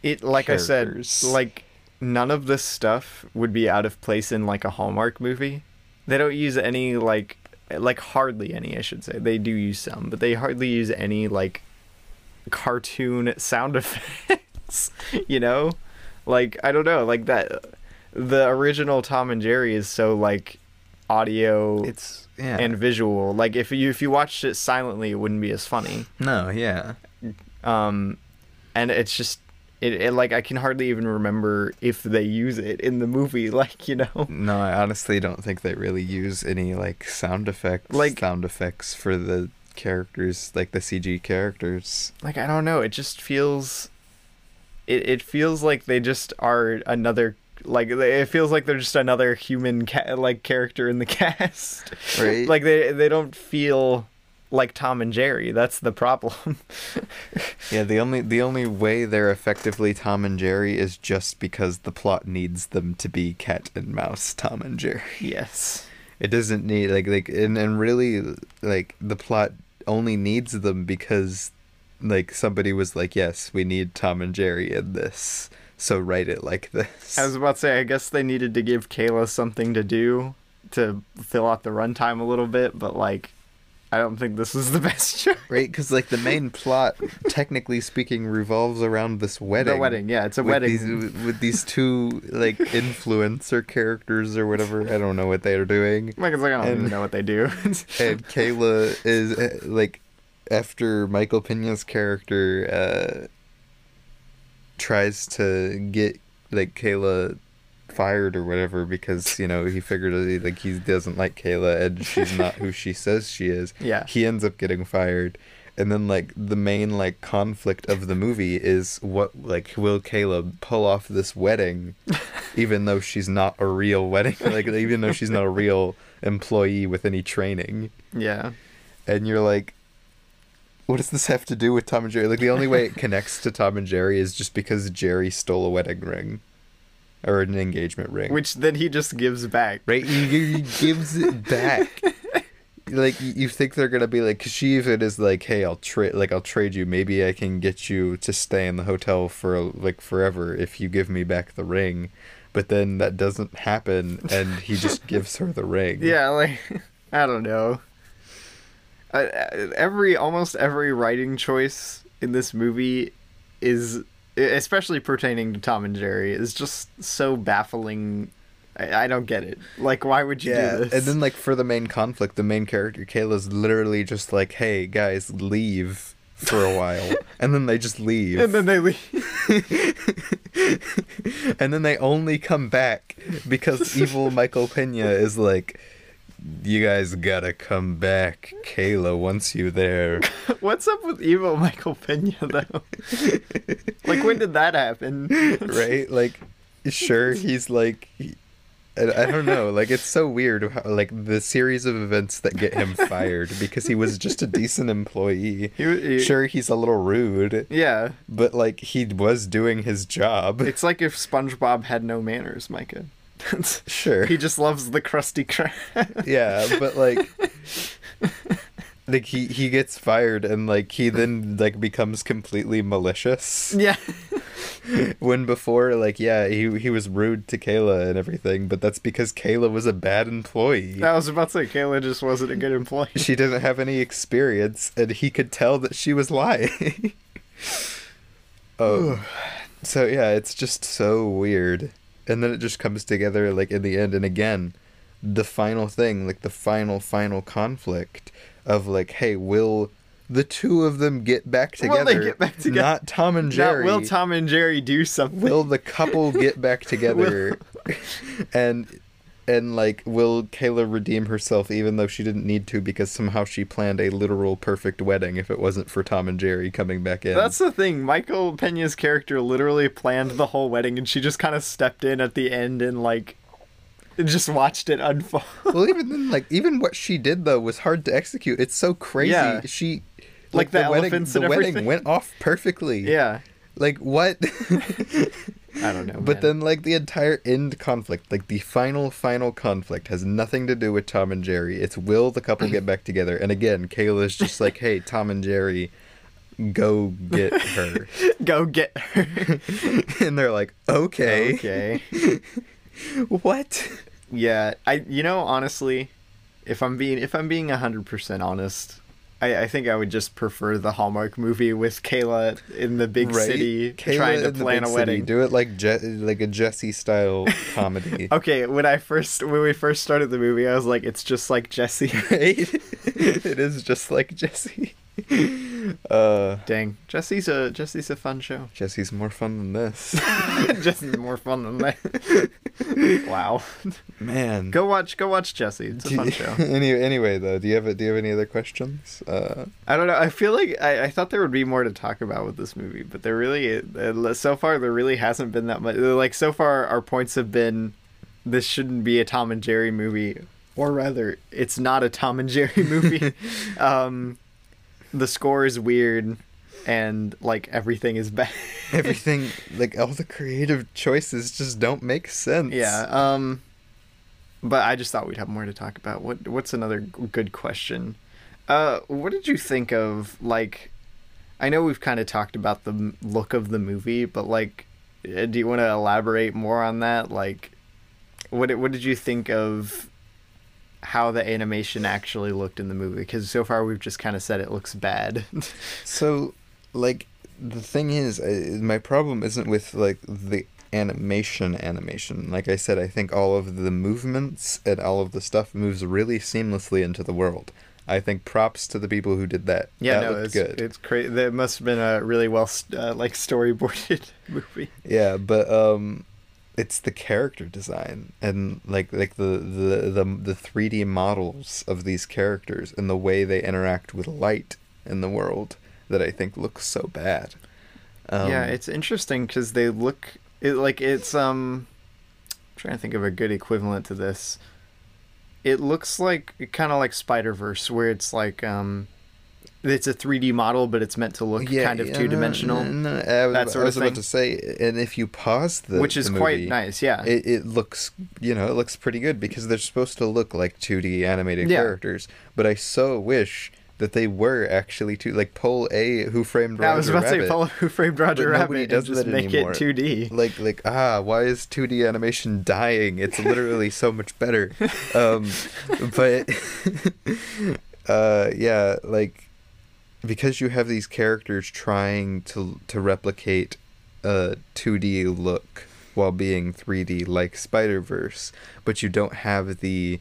[SPEAKER 2] it like
[SPEAKER 1] Characters.
[SPEAKER 2] I said, like none of this stuff would be out of place in like a Hallmark movie. They don't use any like like hardly any, I should say. They do use some, but they hardly use any like cartoon sound effects, you know? Like I don't know, like that the original Tom and Jerry is so like audio
[SPEAKER 1] it's, yeah.
[SPEAKER 2] and visual. Like if you if you watched it silently, it wouldn't be as funny
[SPEAKER 1] no, yeah.
[SPEAKER 2] um and it's just it, it like i can hardly even remember if they use it in the movie like you know
[SPEAKER 1] No, I honestly don't think they really use any, like, sound effects,
[SPEAKER 2] Like-
[SPEAKER 1] sound effects for the characters, like the CG characters.
[SPEAKER 2] like i don't know it just feels it, it feels like they just are another like they- it feels like they're just another human ca- like character in the cast
[SPEAKER 1] Right.
[SPEAKER 2] like they they don't feel like tom and jerry that's the problem
[SPEAKER 1] Yeah, the only the only way they're effectively Tom and Jerry is just because the plot needs them to be cat and mouse Tom and Jerry.
[SPEAKER 2] yes
[SPEAKER 1] It doesn't need like like and, and really like the plot only needs them because like somebody was like, Yes, we need Tom and Jerry in this. So write it like this.
[SPEAKER 2] I was about to say, I guess they needed to give Kayla something to do to fill out the runtime a little bit, but like, I don't think this was the best choice.
[SPEAKER 1] Right, because like the main plot, technically speaking, revolves around this wedding.
[SPEAKER 2] The wedding, yeah, it's a
[SPEAKER 1] with
[SPEAKER 2] wedding.
[SPEAKER 1] These, with with these two like influencer characters or whatever. I don't know what they are doing.
[SPEAKER 2] like, it's like, I don't
[SPEAKER 1] and-
[SPEAKER 2] even know what they do.
[SPEAKER 1] and Kayla is uh, like after Michael Pena's character uh, tries to get like Kayla fired or whatever because you know he figured out, like he doesn't like Kayla and she's not who she says she is.
[SPEAKER 2] Yeah.
[SPEAKER 1] he ends up getting fired. And then like the main like conflict of the movie is what like will Kayla pull off this wedding even though she's not a real wedding like even though she's not a real employee with any training
[SPEAKER 2] yeah.
[SPEAKER 1] and you're like what does this have to do with tom and jerry like the only way it connects to tom and jerry is just because jerry stole a wedding ring or an engagement ring
[SPEAKER 2] Which then he just gives back.
[SPEAKER 1] right he, he gives it back like you- you think they're gonna be like 'cause she even is like hey i'll trade like i'll trade you maybe i can get you to stay in the hotel for like forever if you give me back the ring but then that doesn't happen and he just gives her the ring
[SPEAKER 2] Yeah, like, I don't know. I, I- every, almost every writing choice in this movie is, especially pertaining to Tom and Jerry, is just so baffling. I, I don't get it. Like, why would you
[SPEAKER 1] Yeah,
[SPEAKER 2] do this?
[SPEAKER 1] and then like for the main conflict, the main character Kayla's literally just like, "Hey guys, leave for a while," and then they just leave,
[SPEAKER 2] and then they leave.
[SPEAKER 1] and then they only come back because evil Michael Pena is like, "You guys gotta come back. Kayla wants you there."
[SPEAKER 2] What's up with evil Michael Pena though? like when did that happen?
[SPEAKER 1] right? Like, sure, he's like, he- And I don't know. Like it's so weird. How, like the series of events that get him fired because he was just a decent employee.
[SPEAKER 2] He wa- he-
[SPEAKER 1] sure, he's a little rude,
[SPEAKER 2] Yeah.
[SPEAKER 1] but like he was doing his job.
[SPEAKER 2] It's like if SpongeBob had no manners, Micah. That's-
[SPEAKER 1] Sure.
[SPEAKER 2] He just loves the crusty crab.
[SPEAKER 1] yeah, but like. Like he, he gets fired and like he then like becomes completely malicious.
[SPEAKER 2] yeah.
[SPEAKER 1] when before like yeah he he was rude to Kayla and everything but that's because Kayla was a bad employee
[SPEAKER 2] I was about to say Kayla just wasn't a good employee.
[SPEAKER 1] she didn't have any experience and he could tell that she was lying oh so yeah it's just so weird and then it just comes together like in the end and again the final thing like the final final conflict of like hey will the two of them get back together,
[SPEAKER 2] Will they get back together?
[SPEAKER 1] not Tom and Jerry
[SPEAKER 2] Now, will Tom and Jerry do something?
[SPEAKER 1] will the couple get back together and and like will kayla redeem herself even though she didn't need to because somehow she planned a literal perfect wedding if it wasn't for tom and jerry coming back in
[SPEAKER 2] That's the thing. Michael Pena's character literally planned the whole wedding, and she just kind of stepped in at the end and like just watched it unfold.
[SPEAKER 1] well even then like even what she did though was hard to execute it's so crazy
[SPEAKER 2] Yeah.
[SPEAKER 1] she
[SPEAKER 2] Like the
[SPEAKER 1] wedding
[SPEAKER 2] elephants
[SPEAKER 1] the
[SPEAKER 2] and
[SPEAKER 1] wedding
[SPEAKER 2] everything.
[SPEAKER 1] went off perfectly
[SPEAKER 2] yeah,
[SPEAKER 1] like what
[SPEAKER 2] I don't know.
[SPEAKER 1] But
[SPEAKER 2] man.
[SPEAKER 1] then, like, the entire end conflict, like, the final, final conflict has nothing to do with Tom and Jerry. It's will the couple get back together? And again, Kayla's just like, hey, Tom and Jerry, go get her.
[SPEAKER 2] go get her.
[SPEAKER 1] and they're like, okay.
[SPEAKER 2] okay.
[SPEAKER 1] What?
[SPEAKER 2] Yeah, I you know honestly, if I'm being if I'm being hundred percent honest, I, I think I would just prefer the Hallmark movie with Kayla in the big city
[SPEAKER 1] Kayla
[SPEAKER 2] trying to
[SPEAKER 1] in the big
[SPEAKER 2] plan a
[SPEAKER 1] city.
[SPEAKER 2] wedding.
[SPEAKER 1] Do it like Je- like a Jesse style comedy.
[SPEAKER 2] Okay, when I first when we first started the movie, I was like, it's just like Jesse.
[SPEAKER 1] Right? it is just like Jesse. Uh,
[SPEAKER 2] Dang, Jesse's a Jesse's a fun show.
[SPEAKER 1] Jesse's more fun than this.
[SPEAKER 2] Jesse's more fun than that. wow,
[SPEAKER 1] Man.
[SPEAKER 2] go watch go watch Jesse. It's a
[SPEAKER 1] Do
[SPEAKER 2] fun
[SPEAKER 1] you-
[SPEAKER 2] show.
[SPEAKER 1] anyway, anyway, though, do you have do you have any other questions? Uh,
[SPEAKER 2] I don't know. I feel like I, I thought there would be more to talk about with this movie, but there really, uh, so far, there really hasn't been that much. uh, Like, so far, our points have been this shouldn't be a Tom and Jerry movie, or rather, it's not a Tom and Jerry movie. um, the score is weird, and, like, everything is bad.
[SPEAKER 1] everything like all the creative choices just don't make sense.
[SPEAKER 2] yeah. Um, but I just thought we'd have more to talk about. What What's another g- good question? Uh, what did you think of like? I know we've kind of talked about the m- look of the movie, but like, eh, do you want to elaborate more on that? Like, what did- what did you think of how the animation actually looked in the movie? Because so far we've just kind of said it looks bad.
[SPEAKER 1] So, like, the thing is, uh, my problem isn't with like the animation animation. Like I said, I think all of the movements and all of the stuff moves really seamlessly into the world. I think props to the people who did that.
[SPEAKER 2] yeah,
[SPEAKER 1] that
[SPEAKER 2] no,
[SPEAKER 1] looked
[SPEAKER 2] it's it's crazy. That must have been a really well st- uh, like storyboarded movie.
[SPEAKER 1] Yeah, but um it's the character design and like like the the the the 3D models of these characters and the way they interact with light in the world that I think looks so bad. Um,
[SPEAKER 2] yeah, it's interesting because they look it, like it's um I'm trying to think of a good equivalent to this. It looks like kind of like Spider Verse, where it's like um, it's a 3D model, but it's meant to look kind of
[SPEAKER 1] yeah,
[SPEAKER 2] two dimensional,
[SPEAKER 1] No, no, no, I was,
[SPEAKER 2] that
[SPEAKER 1] about- I
[SPEAKER 2] sort of
[SPEAKER 1] was
[SPEAKER 2] thing.
[SPEAKER 1] about to say, and if you pause the
[SPEAKER 2] which is
[SPEAKER 1] the
[SPEAKER 2] quite
[SPEAKER 1] movie,
[SPEAKER 2] nice. Yeah,
[SPEAKER 1] It, it looks, you know, it looks pretty good because they're supposed to look like 2D animated
[SPEAKER 2] Yeah.
[SPEAKER 1] characters. But I so wish that they were actually two, like Pole A, Who Framed Roger
[SPEAKER 2] I was about to
[SPEAKER 1] Rabbit.
[SPEAKER 2] say, follow who framed Roger
[SPEAKER 1] But nobody
[SPEAKER 2] Rabbit and
[SPEAKER 1] does
[SPEAKER 2] just
[SPEAKER 1] that
[SPEAKER 2] make
[SPEAKER 1] anymore.
[SPEAKER 2] it 2D.
[SPEAKER 1] like like ah why is 2d animation dying it's literally so much better um but uh yeah like because you have these characters trying to to replicate a 2d look while being 3d like spider-verse but you don't have the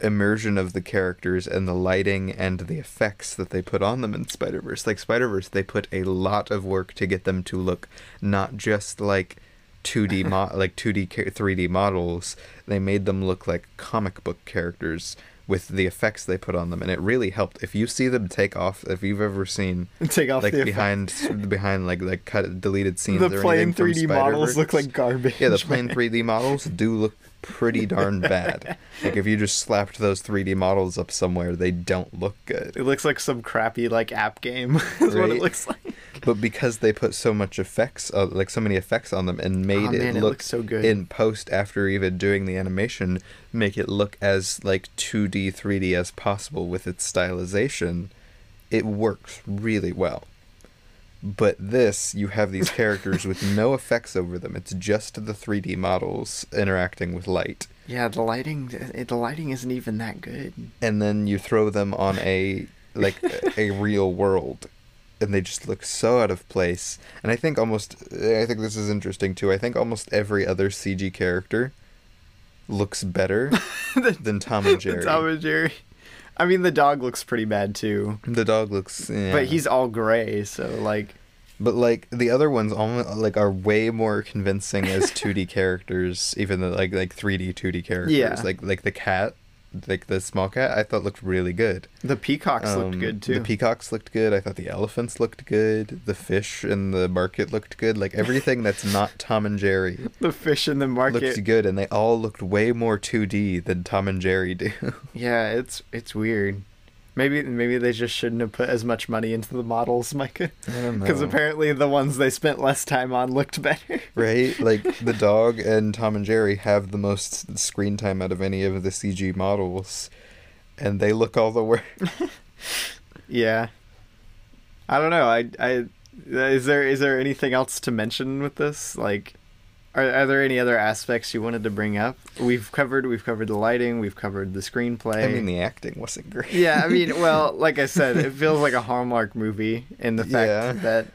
[SPEAKER 1] immersion of the characters and the lighting and the effects that they put on them in Spider Verse. Like Spider Verse, they put a lot of work to get them to look not just like 2D mo- like 2D ca- 3D models. They made them look like comic book characters with the effects they put on them, and it really helped. If you see them take off, if you've ever seen
[SPEAKER 2] Take off
[SPEAKER 1] like
[SPEAKER 2] the
[SPEAKER 1] behind behind like like cut deleted scenes,
[SPEAKER 2] the
[SPEAKER 1] or
[SPEAKER 2] plain
[SPEAKER 1] anything from
[SPEAKER 2] 3D models look
[SPEAKER 1] Spider-Verse,
[SPEAKER 2] like garbage.
[SPEAKER 1] yeah, the plain 3D models do look pretty darn bad. like if you just slapped those 3D models up somewhere, they don't look good.
[SPEAKER 2] It looks like some crappy like app game. is what it
[SPEAKER 1] Right?
[SPEAKER 2] looks like.
[SPEAKER 1] But because they put so much effects, uh, like so many effects on them, and made
[SPEAKER 2] Aw,
[SPEAKER 1] it
[SPEAKER 2] Ah, man, it
[SPEAKER 1] look
[SPEAKER 2] looks so good.
[SPEAKER 1] in post after even doing the animation, make it look as like 2D, 3D as possible with its stylization. It works really well. But this, you have these characters with no effects over them. It's just the 3D models interacting with light.
[SPEAKER 2] Yeah, the lighting eh, the lighting isn't even that good.
[SPEAKER 1] and then you throw them on a like a real world and they just look so out of place and i think almost i think this is interesting too i think almost every other cg character looks better than tom and jerry
[SPEAKER 2] The
[SPEAKER 1] the,
[SPEAKER 2] Tom and Jerry. I mean, the dog looks pretty bad too,
[SPEAKER 1] dog looks yeah.
[SPEAKER 2] but he's all gray, so like,
[SPEAKER 1] but like the other ones almost like are way more convincing as 2d characters even the like like 3d 2d characters
[SPEAKER 2] Yeah.
[SPEAKER 1] like like the cat like the small cat i thought looked really good
[SPEAKER 2] the peacocks looked
[SPEAKER 1] Um,
[SPEAKER 2] good too.
[SPEAKER 1] The peacocks looked good. I thought the elephants looked good. The fish in the market looked good. Like everything that's not Tom and Jerry
[SPEAKER 2] the fish in the
[SPEAKER 1] looked
[SPEAKER 2] market.
[SPEAKER 1] good, and they all looked way more 2D than Tom and Jerry do.
[SPEAKER 2] Yeah, it's it's weird. Maybe maybe they just shouldn't have put as much money into the models, Micah.
[SPEAKER 1] I don't
[SPEAKER 2] Because
[SPEAKER 1] know.
[SPEAKER 2] apparently the ones they spent less time on looked better.
[SPEAKER 1] right? Like the dog and Tom and Jerry have the most screen time out of any of the CG models, and they look all the worse.
[SPEAKER 2] Yeah. I don't know. I I is there is there anything else to mention with this? Like are, are there any other aspects you wanted to bring up? We've covered we've covered the lighting, we've covered the screenplay.
[SPEAKER 1] I mean, the acting wasn't great.
[SPEAKER 2] yeah, I mean, well, like I said, it feels like a Hallmark movie in the fact
[SPEAKER 1] Yeah.
[SPEAKER 2] that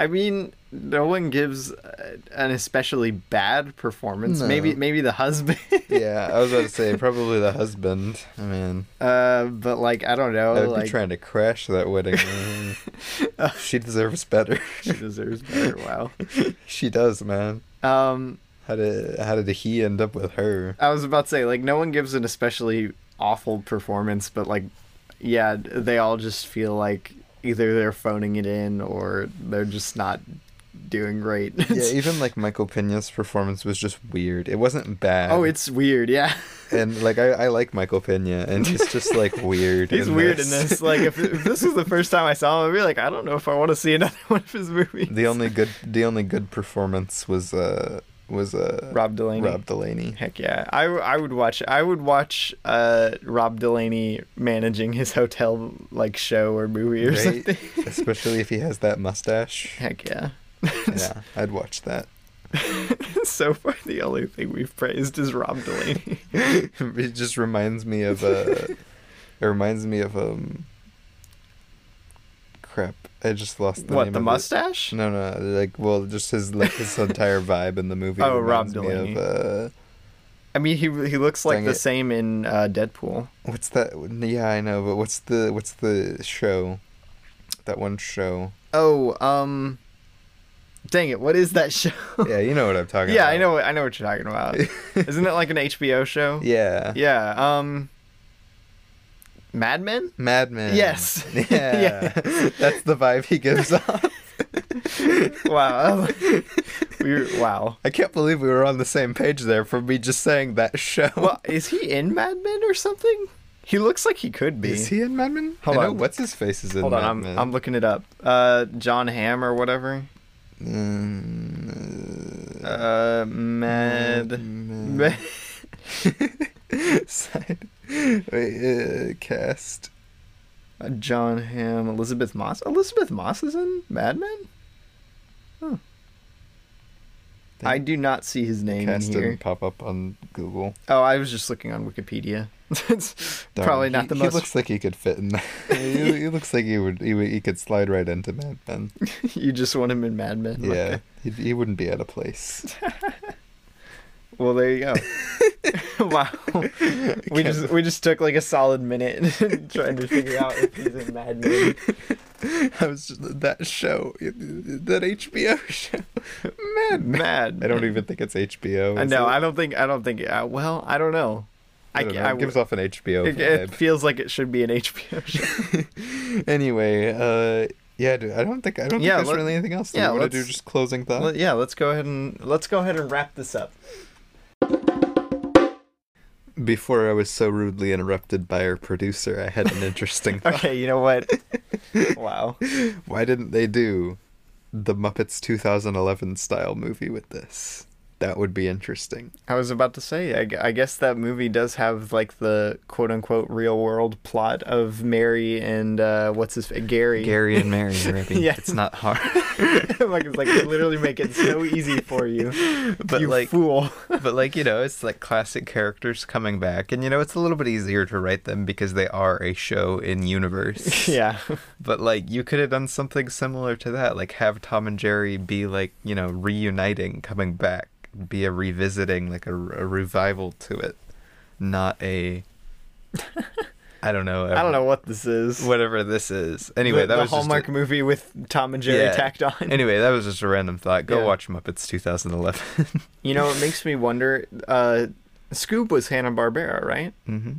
[SPEAKER 2] I mean, no one gives uh, an especially bad performance.
[SPEAKER 1] No.
[SPEAKER 2] Maybe maybe the husband.
[SPEAKER 1] yeah, I was about to say probably the husband. I mean,
[SPEAKER 2] uh, but like I don't know,
[SPEAKER 1] I would
[SPEAKER 2] like
[SPEAKER 1] be trying to crash that wedding. she deserves better.
[SPEAKER 2] she deserves better. Wow.
[SPEAKER 1] She does, man.
[SPEAKER 2] Um
[SPEAKER 1] How did how did he end up with her?
[SPEAKER 2] I was about to say, like, no one gives an especially awful performance, but like, yeah, they all just feel like either they're phoning it in or they're just not doing great.
[SPEAKER 1] Yeah, even like Michael Pena's performance was just weird. It wasn't bad.
[SPEAKER 2] oh, it's weird. Yeah,
[SPEAKER 1] and like I, I like Michael Pena, and he's just like weird.
[SPEAKER 2] he's weird in this. Like, if, if this was the first time I saw him, I'd be like, I don't know if I want to see another one of his movies.
[SPEAKER 1] the only good the only good performance was uh was uh
[SPEAKER 2] Rob Delaney.
[SPEAKER 1] Rob Delaney.
[SPEAKER 2] Heck yeah, I, w- I would watch I would watch uh, Rob Delaney managing his hotel like show or movie or
[SPEAKER 1] Right?
[SPEAKER 2] something.
[SPEAKER 1] Especially if he has that mustache.
[SPEAKER 2] Heck yeah.
[SPEAKER 1] yeah, I'd watch that.
[SPEAKER 2] so far the only thing we've praised is Rob Delaney.
[SPEAKER 1] it just reminds me of uh it reminds me of um crap. I just lost the
[SPEAKER 2] what
[SPEAKER 1] name
[SPEAKER 2] the
[SPEAKER 1] of it.
[SPEAKER 2] mustache?
[SPEAKER 1] No, no, like well, just his like his entire vibe in the movie.
[SPEAKER 2] Oh, Rob
[SPEAKER 1] reminds
[SPEAKER 2] Delaney.
[SPEAKER 1] Me of, uh,
[SPEAKER 2] I mean, he he looks like
[SPEAKER 1] Dang
[SPEAKER 2] the
[SPEAKER 1] it.
[SPEAKER 2] same in uh, Deadpool.
[SPEAKER 1] what's that? Yeah, I know, but what's the what's the show? That one show.
[SPEAKER 2] Oh, um, dang it! What is that show?
[SPEAKER 1] Yeah, you know what I'm talking
[SPEAKER 2] yeah,
[SPEAKER 1] about.
[SPEAKER 2] I know I know what you're talking about. Isn't it like an HBO show?
[SPEAKER 1] Yeah.
[SPEAKER 2] Yeah. Um, Mad Men.
[SPEAKER 1] Mad Men.
[SPEAKER 2] Yes.
[SPEAKER 1] Yeah.
[SPEAKER 2] Yeah.
[SPEAKER 1] That's the vibe he gives off.
[SPEAKER 2] Wow. we wow.
[SPEAKER 1] I can't believe we were on the same page there for me just saying that show.
[SPEAKER 2] Well, is he in Mad Men or something? He looks like he could be.
[SPEAKER 1] is he in Mad Men?
[SPEAKER 2] Hold
[SPEAKER 1] I know
[SPEAKER 2] on.
[SPEAKER 1] what's his face is in
[SPEAKER 2] Hold
[SPEAKER 1] Mad
[SPEAKER 2] on,
[SPEAKER 1] Men.
[SPEAKER 2] I'm, I'm looking it up. Uh, John Hamm or whatever.
[SPEAKER 1] Mm, uh,
[SPEAKER 2] Uh, Mad.
[SPEAKER 1] Mad
[SPEAKER 2] Mad-
[SPEAKER 1] Men. Side. Wait, uh, cast.
[SPEAKER 2] John Hamm, Elizabeth Moss. Elizabeth Moss is in Mad Men. Huh.
[SPEAKER 1] Think-
[SPEAKER 2] I do not see his name in
[SPEAKER 1] cast
[SPEAKER 2] here.
[SPEAKER 1] didn't pop up on Google.
[SPEAKER 2] Oh, I was just looking on Wikipedia. it's
[SPEAKER 1] Darn.
[SPEAKER 2] probably not
[SPEAKER 1] He-
[SPEAKER 2] the
[SPEAKER 1] he
[SPEAKER 2] most.
[SPEAKER 1] looks like he could fit in. That. he, he looks like he would. He, would- he could slide right into Mad Men.
[SPEAKER 2] you just want him in Mad Men.
[SPEAKER 1] Yeah, he, he wouldn't be out of place.
[SPEAKER 2] Well, there you go. wow. We just we just took like a solid minute trying to figure out if he's in Mad Men.
[SPEAKER 1] I was just, that show, that HBO show, Mad Men.
[SPEAKER 2] Mad.
[SPEAKER 1] I don't even think it's HBO.
[SPEAKER 2] I
[SPEAKER 1] is
[SPEAKER 2] know.
[SPEAKER 1] it?
[SPEAKER 2] I don't think. I don't think. Uh, well, I don't know.
[SPEAKER 3] I,
[SPEAKER 2] I-
[SPEAKER 3] don't know,
[SPEAKER 2] I
[SPEAKER 3] it gives
[SPEAKER 2] w-
[SPEAKER 3] off an HBO
[SPEAKER 2] It, it
[SPEAKER 3] vibe.
[SPEAKER 2] feels like it should be an HBO show.
[SPEAKER 3] anyway, uh, yeah, dude, I don't think I don't think
[SPEAKER 2] Yeah,
[SPEAKER 3] there's
[SPEAKER 2] let-
[SPEAKER 3] really anything else. Do
[SPEAKER 2] yeah,
[SPEAKER 3] yeah, want to do
[SPEAKER 2] let's-
[SPEAKER 3] just closing thoughts.
[SPEAKER 2] Let- yeah, let's go ahead and let's go ahead and wrap this up.
[SPEAKER 3] Before I was so rudely interrupted by our producer, I had an interesting thought.
[SPEAKER 2] Okay, you know what? wow.
[SPEAKER 3] Why didn't they do the Muppets 2011 style movie with this? That would be interesting.
[SPEAKER 2] I was about to say, I, gu- I guess that movie does have like the quote unquote real world plot of Mary and uh, what's his fa- Gary.
[SPEAKER 1] Gary and Mary, Rippy.
[SPEAKER 2] Yeah.
[SPEAKER 1] It's not hard.
[SPEAKER 2] like it's like they literally make it so easy for you,
[SPEAKER 1] But
[SPEAKER 2] you
[SPEAKER 1] like-
[SPEAKER 2] fool.
[SPEAKER 1] but like you know it's like classic characters coming back and you know it's a little bit easier to write them because they are a show in universe
[SPEAKER 2] yeah.
[SPEAKER 1] but like you could have done something similar to that like have tom and jerry be like you know reuniting coming back be a revisiting like a, a revival to it not a i don't know
[SPEAKER 2] I don't know what this is.
[SPEAKER 1] whatever this is anyway
[SPEAKER 2] the,
[SPEAKER 1] that
[SPEAKER 2] the
[SPEAKER 1] was just a-
[SPEAKER 2] Hallmark movie with Tom and Jerry
[SPEAKER 1] Yeah.
[SPEAKER 2] tacked on.
[SPEAKER 1] anyway that was just a random thought go
[SPEAKER 2] Yeah.
[SPEAKER 1] watch muppets 2011
[SPEAKER 2] You know, it makes me wonder. Uh, Scoob was Hanna Barbera, right?
[SPEAKER 1] mm-hmm.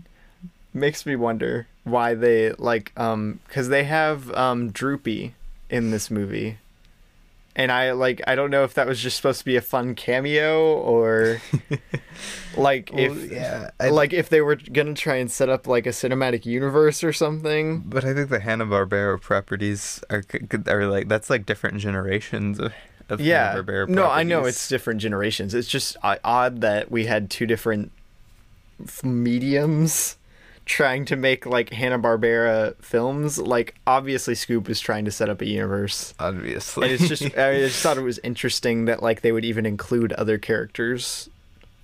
[SPEAKER 2] Makes me wonder why they like um because they have um Droopy in this movie, and I like I don't know if that was just supposed to be a fun cameo or like
[SPEAKER 1] Well,
[SPEAKER 2] if
[SPEAKER 1] yeah, I-
[SPEAKER 2] like if they were gonna try and set up like a cinematic universe or something.
[SPEAKER 1] But I think the Hanna Barbera properties are c- c- are like that's like different generations of, of
[SPEAKER 2] yeah
[SPEAKER 1] Hanna Barbera.
[SPEAKER 2] no i know it's different generations it's just uh, odd that we had two different f- mediums trying to make like hanna-barbera films like obviously scoop was trying to set up a universe
[SPEAKER 1] obviously.
[SPEAKER 2] and it's just i just thought it was interesting that like they would even include other characters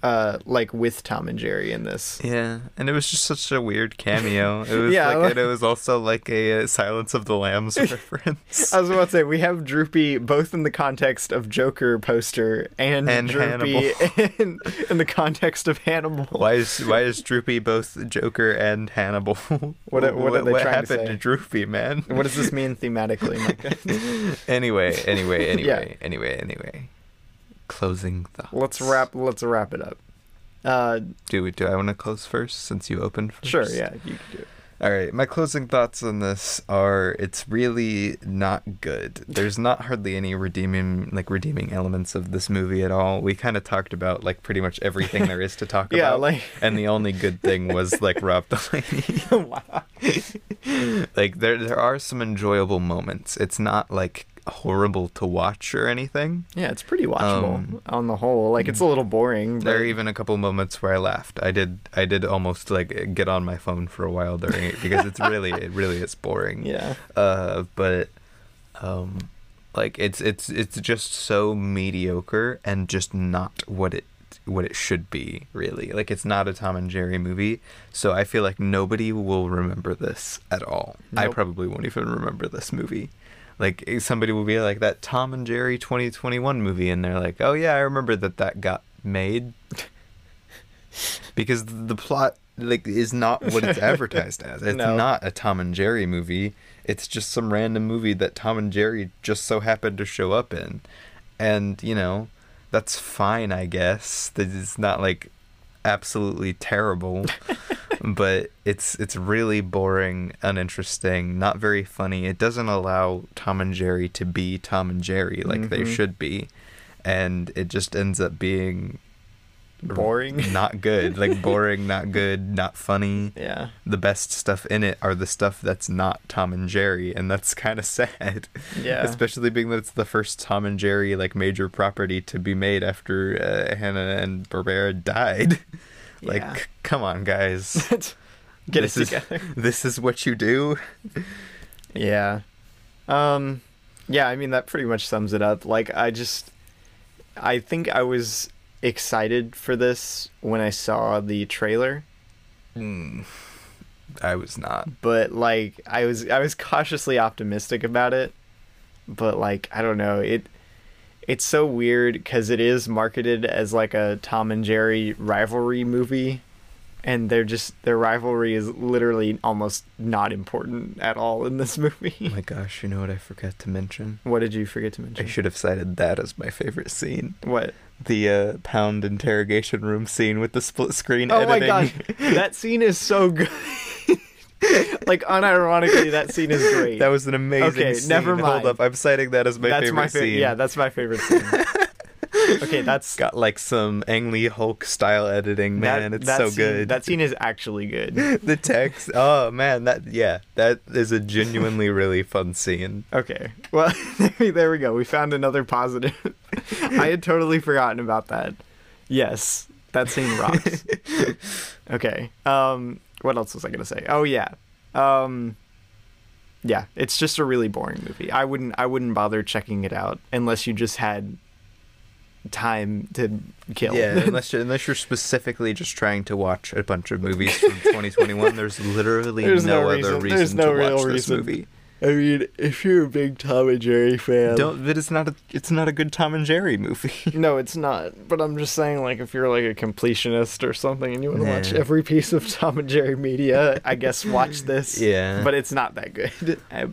[SPEAKER 2] uh like with tom and jerry in this
[SPEAKER 1] yeah, and it was just such a weird cameo. It was
[SPEAKER 2] Yeah,
[SPEAKER 1] like,
[SPEAKER 2] like-
[SPEAKER 1] and it was also like a uh, Silence of the Lambs reference.
[SPEAKER 2] I was about to say we have Droopy both in the context of Joker poster and,
[SPEAKER 1] And
[SPEAKER 2] Droopy in, in the context of Hannibal.
[SPEAKER 1] why is why is Droopy both Joker and Hannibal?
[SPEAKER 2] What are- what are they trying to
[SPEAKER 1] happened
[SPEAKER 2] say?
[SPEAKER 1] Droopy, man?
[SPEAKER 2] What does this mean thematically, Micah?
[SPEAKER 1] anyway, anyway,
[SPEAKER 2] Yeah.
[SPEAKER 1] anyway, anyway, anyway. Closing thoughts.
[SPEAKER 2] let's wrap. Let's wrap it up. Uh,
[SPEAKER 1] Do we? Do I want to close first since you opened first?
[SPEAKER 2] sure. Yeah, you can do it.
[SPEAKER 1] All right, my closing thoughts on this are it's really not good. There's not hardly any redeeming like redeeming elements of this movie at all. We kind of talked about like pretty much everything there is to talk
[SPEAKER 2] Yeah,
[SPEAKER 1] about.
[SPEAKER 2] like-
[SPEAKER 1] and the only good thing was like Rob Delaney.
[SPEAKER 2] wow.
[SPEAKER 1] like there there are some enjoyable moments. It's not like horrible to watch or anything.
[SPEAKER 2] Yeah, it's pretty watchable
[SPEAKER 1] Um,
[SPEAKER 2] on the whole. Like it's a little boring. But
[SPEAKER 1] There are even a couple moments where I laughed. I did I did almost like get on my phone for a while during it because it's really it really is boring.
[SPEAKER 2] yeah.
[SPEAKER 1] uh but um like it's it's it's just so mediocre and just not what it what it should be really like it's not a tom and jerry movie so i feel like nobody will remember this at all i
[SPEAKER 2] Nope.
[SPEAKER 1] probably won't even remember this movie like eh, somebody will be like that tom and jerry 2021 movie and they're like oh yeah i remember that that got made because the plot like is not what it's advertised as it's
[SPEAKER 2] No.
[SPEAKER 1] not a tom and jerry movie it's just some random movie that tom and jerry just so happened to show up in and you know that's fine i guess That it's not like absolutely terrible but it's it's really boring uninteresting not very funny it doesn't allow tom and jerry to be tom and jerry like they
[SPEAKER 2] Mhm.
[SPEAKER 1] should be and it just ends up being
[SPEAKER 2] Boring.
[SPEAKER 1] not good like boring not good not funny
[SPEAKER 2] Yeah.
[SPEAKER 1] the best stuff in it are the stuff that's not tom and jerry and that's kind of sad
[SPEAKER 2] Yeah.
[SPEAKER 1] especially being that it's the first tom and jerry like major property to be made after uh, hannah and barbera died like
[SPEAKER 2] Yeah.
[SPEAKER 1] c- come on guys
[SPEAKER 2] Get
[SPEAKER 1] this
[SPEAKER 2] it
[SPEAKER 1] is-
[SPEAKER 2] together.
[SPEAKER 1] this is what you do
[SPEAKER 2] Yeah. Um yeah, I mean that pretty much sums it up. Like I just I think I was excited for this when I saw the trailer,
[SPEAKER 1] Mm. i was not
[SPEAKER 2] but like I was I was cautiously optimistic about it. But like I don't know, it it's so weird cuz it is marketed as like a Tom and Jerry rivalry movie and they're just their rivalry is literally almost not important at all in this
[SPEAKER 1] oh
[SPEAKER 2] movie.
[SPEAKER 1] my gosh you know what i forgot to mention
[SPEAKER 2] what did you forget to
[SPEAKER 1] i
[SPEAKER 2] mention?
[SPEAKER 1] should have cited that as my favorite scene
[SPEAKER 2] What?
[SPEAKER 1] the uh, pound interrogation room scene with the split screen
[SPEAKER 2] Oh my
[SPEAKER 1] editing.
[SPEAKER 2] gosh, that scene is so good. like unironically, that scene is great.
[SPEAKER 1] That was an amazing
[SPEAKER 2] Okay,
[SPEAKER 1] scene.
[SPEAKER 2] never mind.
[SPEAKER 1] Hold up, I'm citing that as my
[SPEAKER 2] that's
[SPEAKER 1] favorite
[SPEAKER 2] my favorite.
[SPEAKER 1] scene.
[SPEAKER 2] Yeah, that's my favorite scene. okay, that's
[SPEAKER 1] got like some Ang Lee Hulk style editing,
[SPEAKER 2] that-
[SPEAKER 1] man. it's
[SPEAKER 2] that
[SPEAKER 1] so
[SPEAKER 2] scene-
[SPEAKER 1] good.
[SPEAKER 2] That scene is actually good.
[SPEAKER 1] the text. Oh man, that yeah, that is a genuinely really fun scene.
[SPEAKER 2] Okay, well there we go. We found another positive. I had totally forgotten about that. Yes, that scene rocks. okay. Um, what else was I gonna say? Oh yeah. Um, yeah, it's just a really boring movie. I wouldn't. I wouldn't bother checking it out unless you just had time to kill.
[SPEAKER 1] Yeah, unless you're, unless you're specifically just trying to watch a bunch of movies from 2021, there's literally
[SPEAKER 2] There's
[SPEAKER 1] no,
[SPEAKER 2] no
[SPEAKER 1] other
[SPEAKER 2] reason-
[SPEAKER 1] reason
[SPEAKER 2] there's no
[SPEAKER 1] to watch
[SPEAKER 2] real
[SPEAKER 1] this
[SPEAKER 2] reason.
[SPEAKER 1] movie.
[SPEAKER 2] I mean, if you're a big Tom and Jerry fan,
[SPEAKER 1] Don't. But it's not a. It's not a good Tom and Jerry movie.
[SPEAKER 2] No, it's not. But I'm just saying, like, if you're like a completionist or something and you want to watch
[SPEAKER 1] Nah.
[SPEAKER 2] every piece of Tom and Jerry media, I guess watch this.
[SPEAKER 1] Yeah.
[SPEAKER 2] But it's not that good. I-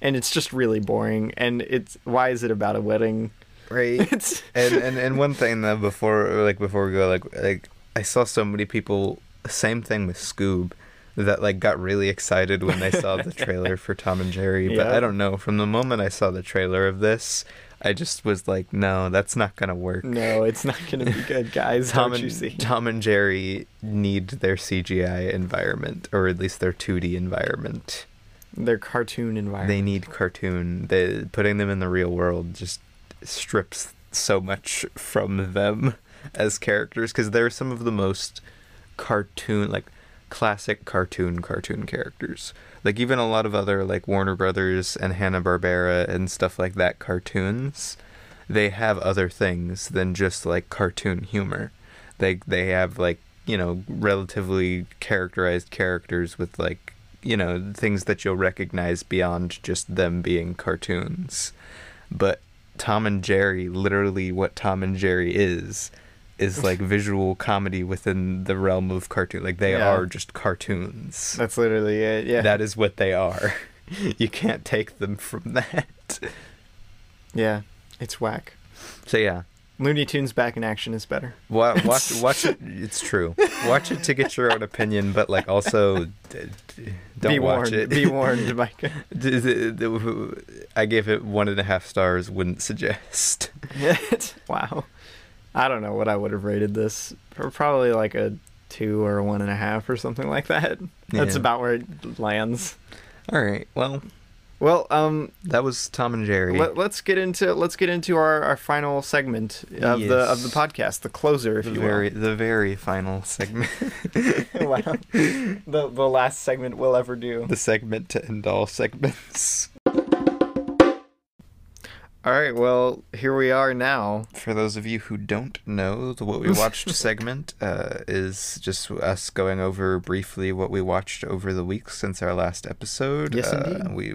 [SPEAKER 2] and it's just really boring. And it's why is it about a wedding?
[SPEAKER 1] Right.
[SPEAKER 2] It's
[SPEAKER 1] and and and one thing though before like before we go like like I saw so many people same thing with Scoob that like got really excited when they saw the trailer for Tom and Jerry but
[SPEAKER 2] Yeah.
[SPEAKER 1] I don't know from the moment I saw the trailer of this I just was like no that's not going to work
[SPEAKER 2] no, it's not going to be good, guys.
[SPEAKER 1] Tom
[SPEAKER 2] Don't you see?
[SPEAKER 1] and, Tom and Jerry need their CGI environment or at least their 2D environment
[SPEAKER 2] Their cartoon environment.
[SPEAKER 1] they need cartoon they putting them in the real world just strips so much from them as characters because they're some of the most cartoon like classic cartoon cartoon characters like even a lot of other like warner brothers and hanna-barbera and stuff like that cartoons they have other things than just like cartoon humor they they have like you know relatively characterized characters with like you know things that you'll recognize beyond just them being cartoons but tom and jerry literally what tom and jerry is is like visual comedy within the realm of cartoon like they
[SPEAKER 2] Yeah.
[SPEAKER 1] are just cartoons
[SPEAKER 2] That's literally it. Yeah.
[SPEAKER 1] that is what they are you can't take them from that
[SPEAKER 2] yeah. It's whack.
[SPEAKER 1] so yeah
[SPEAKER 2] Looney Tunes back in action is better.
[SPEAKER 1] Wa- Watch, watch it. It's true. Watch it to get your own opinion, but like also, d- d- don't
[SPEAKER 2] be
[SPEAKER 1] watch
[SPEAKER 2] warned.
[SPEAKER 1] it.
[SPEAKER 2] Be warned, Micah.
[SPEAKER 1] D- d- d- I gave it one and a half stars. Wouldn't suggest.
[SPEAKER 2] wow. I don't know what I would have rated this. Pro- Probably like a two or a one and a half or something like that. That's
[SPEAKER 1] Yeah.
[SPEAKER 2] about where it lands.
[SPEAKER 1] All right. Well,
[SPEAKER 2] Well, um,
[SPEAKER 1] that was Tom and Jerry.
[SPEAKER 2] let, us get into let's get into our, our final segment of the of the
[SPEAKER 1] Yes.
[SPEAKER 2] podcast, the closer, if
[SPEAKER 1] the
[SPEAKER 2] you
[SPEAKER 1] very, the very final segment.
[SPEAKER 2] will. wow, the the last segment we'll ever do.
[SPEAKER 1] the segment to end all segments.
[SPEAKER 2] All right, well, here we are now.
[SPEAKER 1] For those of you who don't know, the What We Watched segment uh, is just us going over briefly what we watched over the week since our last episode.
[SPEAKER 2] Yes,
[SPEAKER 1] Uh,
[SPEAKER 2] indeed.
[SPEAKER 1] We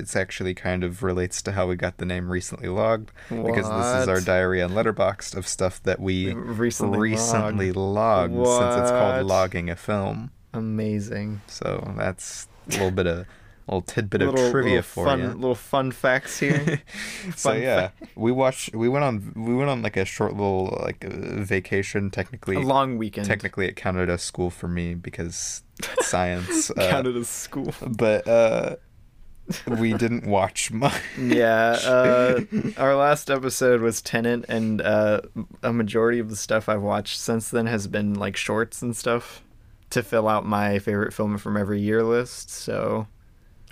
[SPEAKER 1] it's actually kind of relates to how we got the name recently logged because this is our
[SPEAKER 2] What?
[SPEAKER 1] diary on Letterboxd of stuff that we
[SPEAKER 2] Recently,
[SPEAKER 1] recently
[SPEAKER 2] logged.
[SPEAKER 1] logged, since it's
[SPEAKER 2] What?
[SPEAKER 1] called logging a film.
[SPEAKER 2] amazing
[SPEAKER 1] So that's a little bit of little tidbit
[SPEAKER 2] little,
[SPEAKER 1] of trivia
[SPEAKER 2] little
[SPEAKER 1] for
[SPEAKER 2] fun,
[SPEAKER 1] you.
[SPEAKER 2] Little fun facts here.
[SPEAKER 1] so
[SPEAKER 2] Fun
[SPEAKER 1] yeah, we watched. We went on. We went on like a short little like uh, vacation. Technically,
[SPEAKER 2] a long weekend.
[SPEAKER 1] technically it counted as school for me because science. uh,
[SPEAKER 2] counted as school.
[SPEAKER 1] But uh, we didn't watch much.
[SPEAKER 2] yeah uh, our last episode was tenant and uh, a majority of the stuff i've watched since then has been like shorts and stuff to fill out my favorite film from every year list so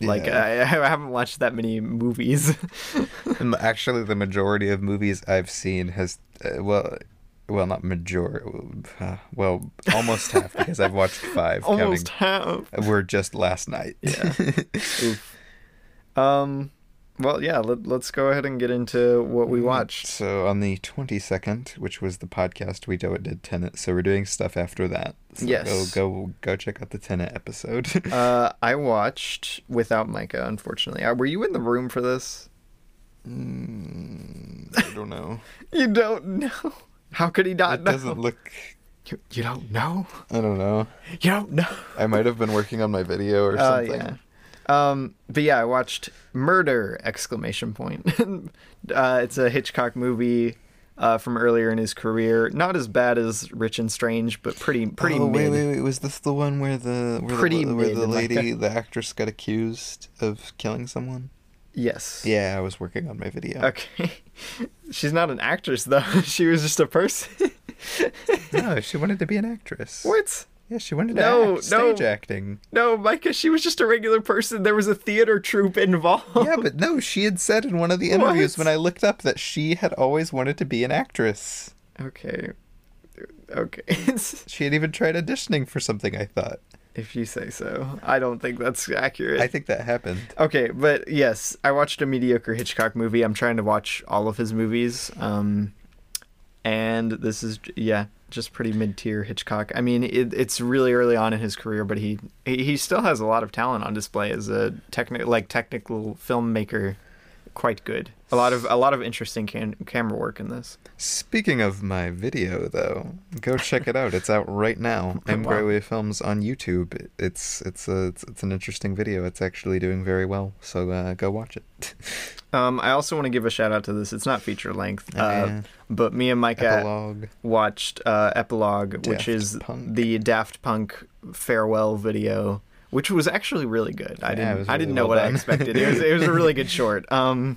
[SPEAKER 2] like
[SPEAKER 1] Yeah.
[SPEAKER 2] I, I haven't watched that many movies
[SPEAKER 1] M- Actually, the majority of movies I've seen has uh, well. Well, not majority. Uh, well, almost half because I've watched five.
[SPEAKER 2] almost half
[SPEAKER 1] counting, were just last night.
[SPEAKER 2] Yeah. Oof. um well yeah let, let's go ahead and get into what we watched
[SPEAKER 1] So on the twenty second, which was the podcast we do it did Tenet, so we're doing stuff after that. So
[SPEAKER 2] Yes.
[SPEAKER 1] Go go go check out the Tenet episode.
[SPEAKER 2] uh, I watched without Micah, unfortunately. Uh, Were you in the room for this?
[SPEAKER 1] Mm, I don't know.
[SPEAKER 2] You don't know. How could he not
[SPEAKER 1] It
[SPEAKER 2] know?
[SPEAKER 1] doesn't look.
[SPEAKER 2] You, you don't know.
[SPEAKER 1] I don't know.
[SPEAKER 2] You don't know.
[SPEAKER 1] I might have been working on my video or
[SPEAKER 2] Uh,
[SPEAKER 1] something. Oh,
[SPEAKER 2] yeah. Um, but yeah, I watched Murder! Exclamation point. uh, it's a Hitchcock movie uh, from earlier in his career. Not as bad as Rich and Strange, but pretty pretty
[SPEAKER 1] oh, wait,
[SPEAKER 2] mid.
[SPEAKER 1] wait, wait. Was this the one where the where
[SPEAKER 2] Pretty
[SPEAKER 1] the, where
[SPEAKER 2] mid,
[SPEAKER 1] the
[SPEAKER 2] like
[SPEAKER 1] lady, the actress, got accused of killing someone?
[SPEAKER 2] Yes.
[SPEAKER 1] Yeah, I was working on my video.
[SPEAKER 2] Okay. She's not an actress though. she was just a person.
[SPEAKER 1] No, she wanted to be an actress.
[SPEAKER 2] what?
[SPEAKER 1] Yeah, she wanted to
[SPEAKER 2] No,
[SPEAKER 1] act,
[SPEAKER 2] no.
[SPEAKER 1] stage acting.
[SPEAKER 2] No, Micah, she was just a regular person. There was a theater troupe involved.
[SPEAKER 1] Yeah, but no, she had said in one of the interviews
[SPEAKER 2] What?
[SPEAKER 1] when I looked up that she had always wanted to be an actress.
[SPEAKER 2] Okay. Okay.
[SPEAKER 1] She had even tried auditioning for something, I thought.
[SPEAKER 2] if you say so. I don't think that's accurate.
[SPEAKER 1] I think that happened.
[SPEAKER 2] Okay, but yes, I watched a mediocre Hitchcock movie. I'm trying to watch all of his movies. Um, and this is yeah, just pretty mid-tier Hitchcock. I mean, it, it's really early on in his career, but he he he still has a lot of talent on display as a technical like technical filmmaker. Quite good. A lot of a lot of interesting cam- camera work in this.
[SPEAKER 1] Speaking of my video, though, go check it out. It's out right now. M.
[SPEAKER 2] Wow.
[SPEAKER 1] Gryway Films on YouTube. It's it's a it's, it's an interesting video. It's actually doing very well. So uh, go watch it.
[SPEAKER 2] Um, I also want to give a shout out to this. It's not feature length, uh,
[SPEAKER 1] Oh, Yeah.
[SPEAKER 2] but me and Micah
[SPEAKER 1] Epilogue.
[SPEAKER 2] watched uh, Epilogue, which
[SPEAKER 1] Daft
[SPEAKER 2] is
[SPEAKER 1] Punk.
[SPEAKER 2] the Daft Punk farewell video, which was actually really good.
[SPEAKER 1] Yeah,
[SPEAKER 2] I
[SPEAKER 1] it
[SPEAKER 2] didn't
[SPEAKER 1] was
[SPEAKER 2] I didn't
[SPEAKER 1] really
[SPEAKER 2] know
[SPEAKER 1] well
[SPEAKER 2] what I
[SPEAKER 1] done.
[SPEAKER 2] expected. It was it was a really good short. Um,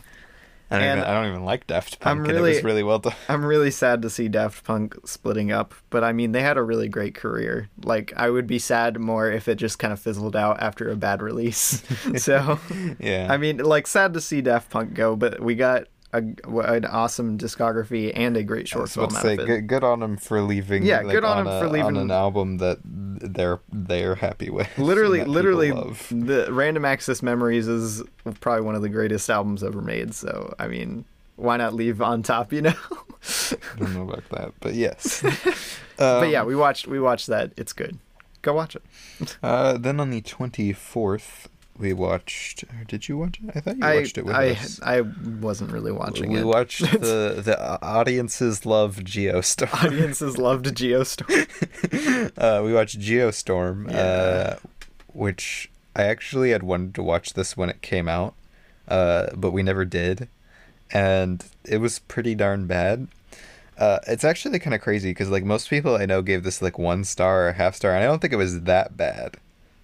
[SPEAKER 1] I don't,
[SPEAKER 2] And-
[SPEAKER 1] even, I don't even like Daft Punk.
[SPEAKER 2] I'm
[SPEAKER 1] and it was
[SPEAKER 2] really-
[SPEAKER 1] really well done.
[SPEAKER 2] I'm really sad to see Daft Punk splitting up, but I mean they had a really great career. Like I would be sad more if it just kind of fizzled out after a bad release. so
[SPEAKER 1] Yeah.
[SPEAKER 2] I mean, like sad to see Daft Punk go, but we got. A, an awesome discography and a great short
[SPEAKER 1] So
[SPEAKER 2] film
[SPEAKER 1] let's
[SPEAKER 2] out
[SPEAKER 1] say
[SPEAKER 2] of it.
[SPEAKER 1] good, good on them for leaving.
[SPEAKER 2] Yeah,
[SPEAKER 1] like,
[SPEAKER 2] good
[SPEAKER 1] on
[SPEAKER 2] on 'em
[SPEAKER 1] a-
[SPEAKER 2] for
[SPEAKER 1] on
[SPEAKER 2] leaving-
[SPEAKER 1] an album that they're they're happy with. and
[SPEAKER 2] literally
[SPEAKER 1] that people
[SPEAKER 2] literally
[SPEAKER 1] love.
[SPEAKER 2] the random access memories is probably one of the greatest albums ever made so i mean why not leave on top you know
[SPEAKER 1] I don't know about that, but yes.
[SPEAKER 2] but
[SPEAKER 1] Um,
[SPEAKER 2] yeah we watched we watched that it's good go watch it
[SPEAKER 1] Uh, then on the twenty fourth, we watched. Or did you watch it? I thought you
[SPEAKER 2] i
[SPEAKER 1] watched it with
[SPEAKER 2] I,
[SPEAKER 1] us.
[SPEAKER 2] I wasn't really watching
[SPEAKER 1] we
[SPEAKER 2] it
[SPEAKER 1] watched the the uh, audiences love Geostorm.
[SPEAKER 2] audiences loved geostorm
[SPEAKER 1] uh, we watched Geostorm,
[SPEAKER 2] Yeah.
[SPEAKER 1] uh, which I actually had wanted to watch this when it came out, uh, but we never did, and it was pretty darn bad. Uh, it's actually kind of crazy because like most people I know gave this like one star or half star, and I don't think it was that bad.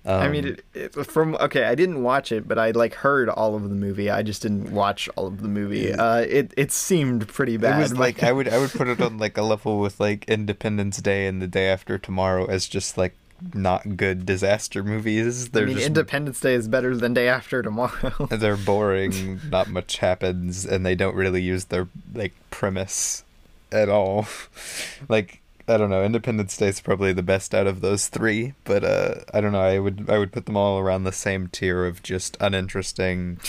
[SPEAKER 1] Um,
[SPEAKER 2] i mean it, it, from okay i didn't watch it but i like heard all of the movie i just didn't watch all of the movie uh it it seemed pretty bad
[SPEAKER 1] It was
[SPEAKER 2] but-
[SPEAKER 1] like I would I would put it on like a level with like Independence Day and the day after tomorrow as just like not good disaster movies.
[SPEAKER 2] I
[SPEAKER 1] They're
[SPEAKER 2] mean,
[SPEAKER 1] just
[SPEAKER 2] Independence Day is better than Day After Tomorrow.
[SPEAKER 1] they're boring, not much happens, and they don't really use their like premise at all. like I don't know, Independence Day is probably the best out of those three, but uh, I don't know. I would I would put them all around the same tier of just uninteresting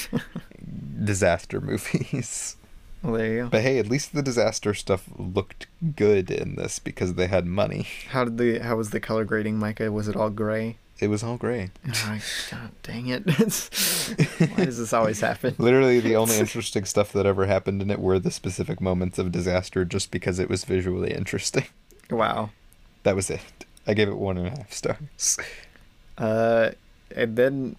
[SPEAKER 1] disaster movies.
[SPEAKER 2] Well, there you go.
[SPEAKER 1] But hey, at least the disaster stuff looked good in this because they had money.
[SPEAKER 2] How did the how was the color grading, Micah? Was it all gray?
[SPEAKER 1] It was all gray.
[SPEAKER 2] Oh, God dang it! Why does this always happen?
[SPEAKER 1] Literally, the only interesting stuff that ever happened in it were the specific moments of disaster just because it was visually interesting.
[SPEAKER 2] Wow.
[SPEAKER 1] That was it. I gave it one and a half stars.
[SPEAKER 2] Uh, and then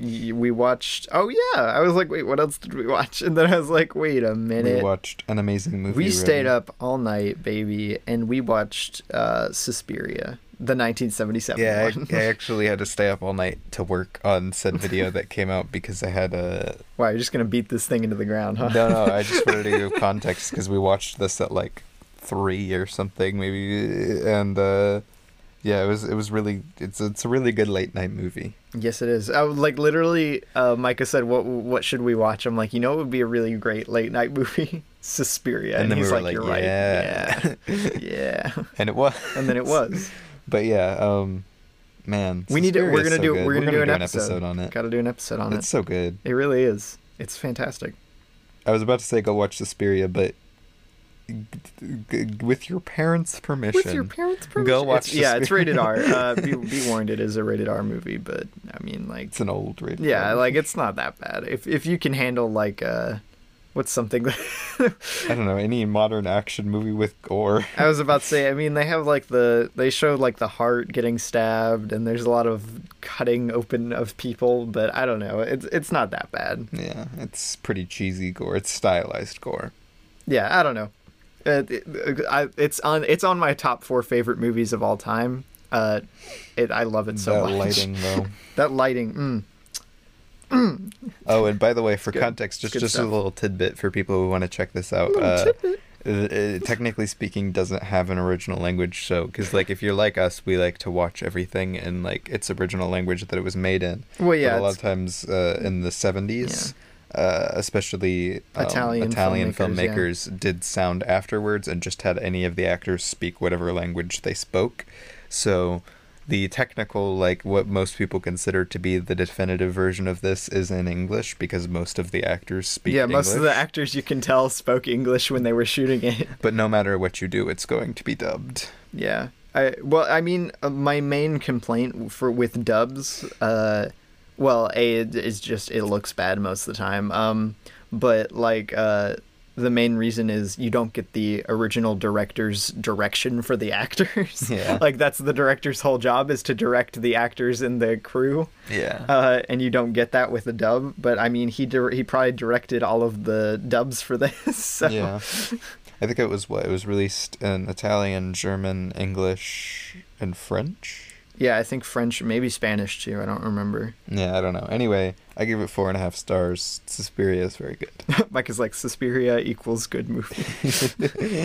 [SPEAKER 2] y- we watched. Oh yeah, I was like, wait, what else did we watch? And then I was like, wait a
[SPEAKER 1] we
[SPEAKER 2] minute.
[SPEAKER 1] watched an amazing movie.
[SPEAKER 2] We stayed
[SPEAKER 1] Remy.
[SPEAKER 2] up all night, baby, and we watched uh, Suspiria, the 1977
[SPEAKER 1] Yeah,
[SPEAKER 2] one.
[SPEAKER 1] I, I actually had to stay up all night to work on said video that came out because I had a
[SPEAKER 2] wow, you're just gonna beat this thing into the ground, huh?
[SPEAKER 1] no, no. I just wanted to give context because we watched this at like three or something, maybe, and uh, yeah, it was it was really it's it's a really good late night movie.
[SPEAKER 2] Yes, it is. I, would- like literally, uh, Micah said, "What what should we watch?" I'm like, you know, it would be a really great late night movie, Suspiria, and,
[SPEAKER 1] And then
[SPEAKER 2] he's
[SPEAKER 1] we were
[SPEAKER 2] like,
[SPEAKER 1] like,
[SPEAKER 2] "You're
[SPEAKER 1] "Yeah."
[SPEAKER 2] right, yeah, yeah,"
[SPEAKER 1] And it was,
[SPEAKER 2] and then it was.
[SPEAKER 1] but yeah, um, man,
[SPEAKER 2] We need to. We're
[SPEAKER 1] Suspiria's
[SPEAKER 2] gonna
[SPEAKER 1] so
[SPEAKER 2] do.
[SPEAKER 1] good.
[SPEAKER 2] We're gonna, do, an episode.
[SPEAKER 1] on it.
[SPEAKER 2] Got to do an episode on
[SPEAKER 1] It's so good.
[SPEAKER 2] it. It really is. It's fantastic.
[SPEAKER 1] I was about to say go watch Suspiria, but g- g- with your parents' permission,
[SPEAKER 2] With your parents' permission,
[SPEAKER 1] Go watch
[SPEAKER 2] It's, yeah, it's rated
[SPEAKER 1] Suspiria.
[SPEAKER 2] R. Uh, be, be warned, it is a rated R movie, but I mean, like,
[SPEAKER 1] it's an old rated.
[SPEAKER 2] yeah,
[SPEAKER 1] R.
[SPEAKER 2] like it's not that bad. If if you can handle like uh, what's something that
[SPEAKER 1] I don't know any modern action movie with gore.
[SPEAKER 2] I was about to say. I mean, they have like the they show like the heart getting stabbed, and there's a lot of cutting open of people. But I don't know. It's it's not that bad.
[SPEAKER 1] Yeah, it's pretty cheesy gore. It's stylized gore.
[SPEAKER 2] Yeah, I don't know. uh, I, it's on it's on my top four favorite movies of all time. Uh, it I love it so
[SPEAKER 1] that
[SPEAKER 2] much.
[SPEAKER 1] lighting though.
[SPEAKER 2] That lighting. Mm.
[SPEAKER 1] Oh, and by the way, for context, just
[SPEAKER 2] Good
[SPEAKER 1] just
[SPEAKER 2] stuff.
[SPEAKER 1] a little tidbit for people who want to check this out. Uh, it- it, technically speaking, doesn't have an original language, so because like if you're like us, we like to watch everything in like its original language that it was made in.
[SPEAKER 2] Well,
[SPEAKER 1] But
[SPEAKER 2] yeah,
[SPEAKER 1] a lot
[SPEAKER 2] it's,
[SPEAKER 1] of times uh, in the seventies. Uh, especially um,
[SPEAKER 2] Italian
[SPEAKER 1] Italian
[SPEAKER 2] filmmakers,
[SPEAKER 1] filmmakers did sound afterwards and just had any of the actors speak whatever language they spoke. So the technical, like what most people consider to be the definitive version of this, is in English because most of the actors speak.
[SPEAKER 2] yeah. Most of the
[SPEAKER 1] English.
[SPEAKER 2] actors you can tell spoke English when they were shooting it.
[SPEAKER 1] But no matter what you do, it's going to be dubbed.
[SPEAKER 2] Yeah. I well, I mean, uh, my main complaint for with dubs, uh, well, a it- it's just it looks bad most of the time. Um, but like uh, the main reason is you don't get the original director's direction for the actors.
[SPEAKER 1] Yeah.
[SPEAKER 2] like that's the director's whole job is to direct the actors and the crew.
[SPEAKER 1] Yeah.
[SPEAKER 2] Uh, and you don't get that with the dub, but I mean, he dir- he probably directed all of the dubs for this. So.
[SPEAKER 1] Yeah. I think it was what it was released in Italian, German, English, and French.
[SPEAKER 2] Yeah, I think French, maybe Spanish too. I don't remember.
[SPEAKER 1] Yeah, I don't know. Anyway, I give it four and a half stars. Suspiria is very good.
[SPEAKER 2] Mike is like Suspiria equals good movie.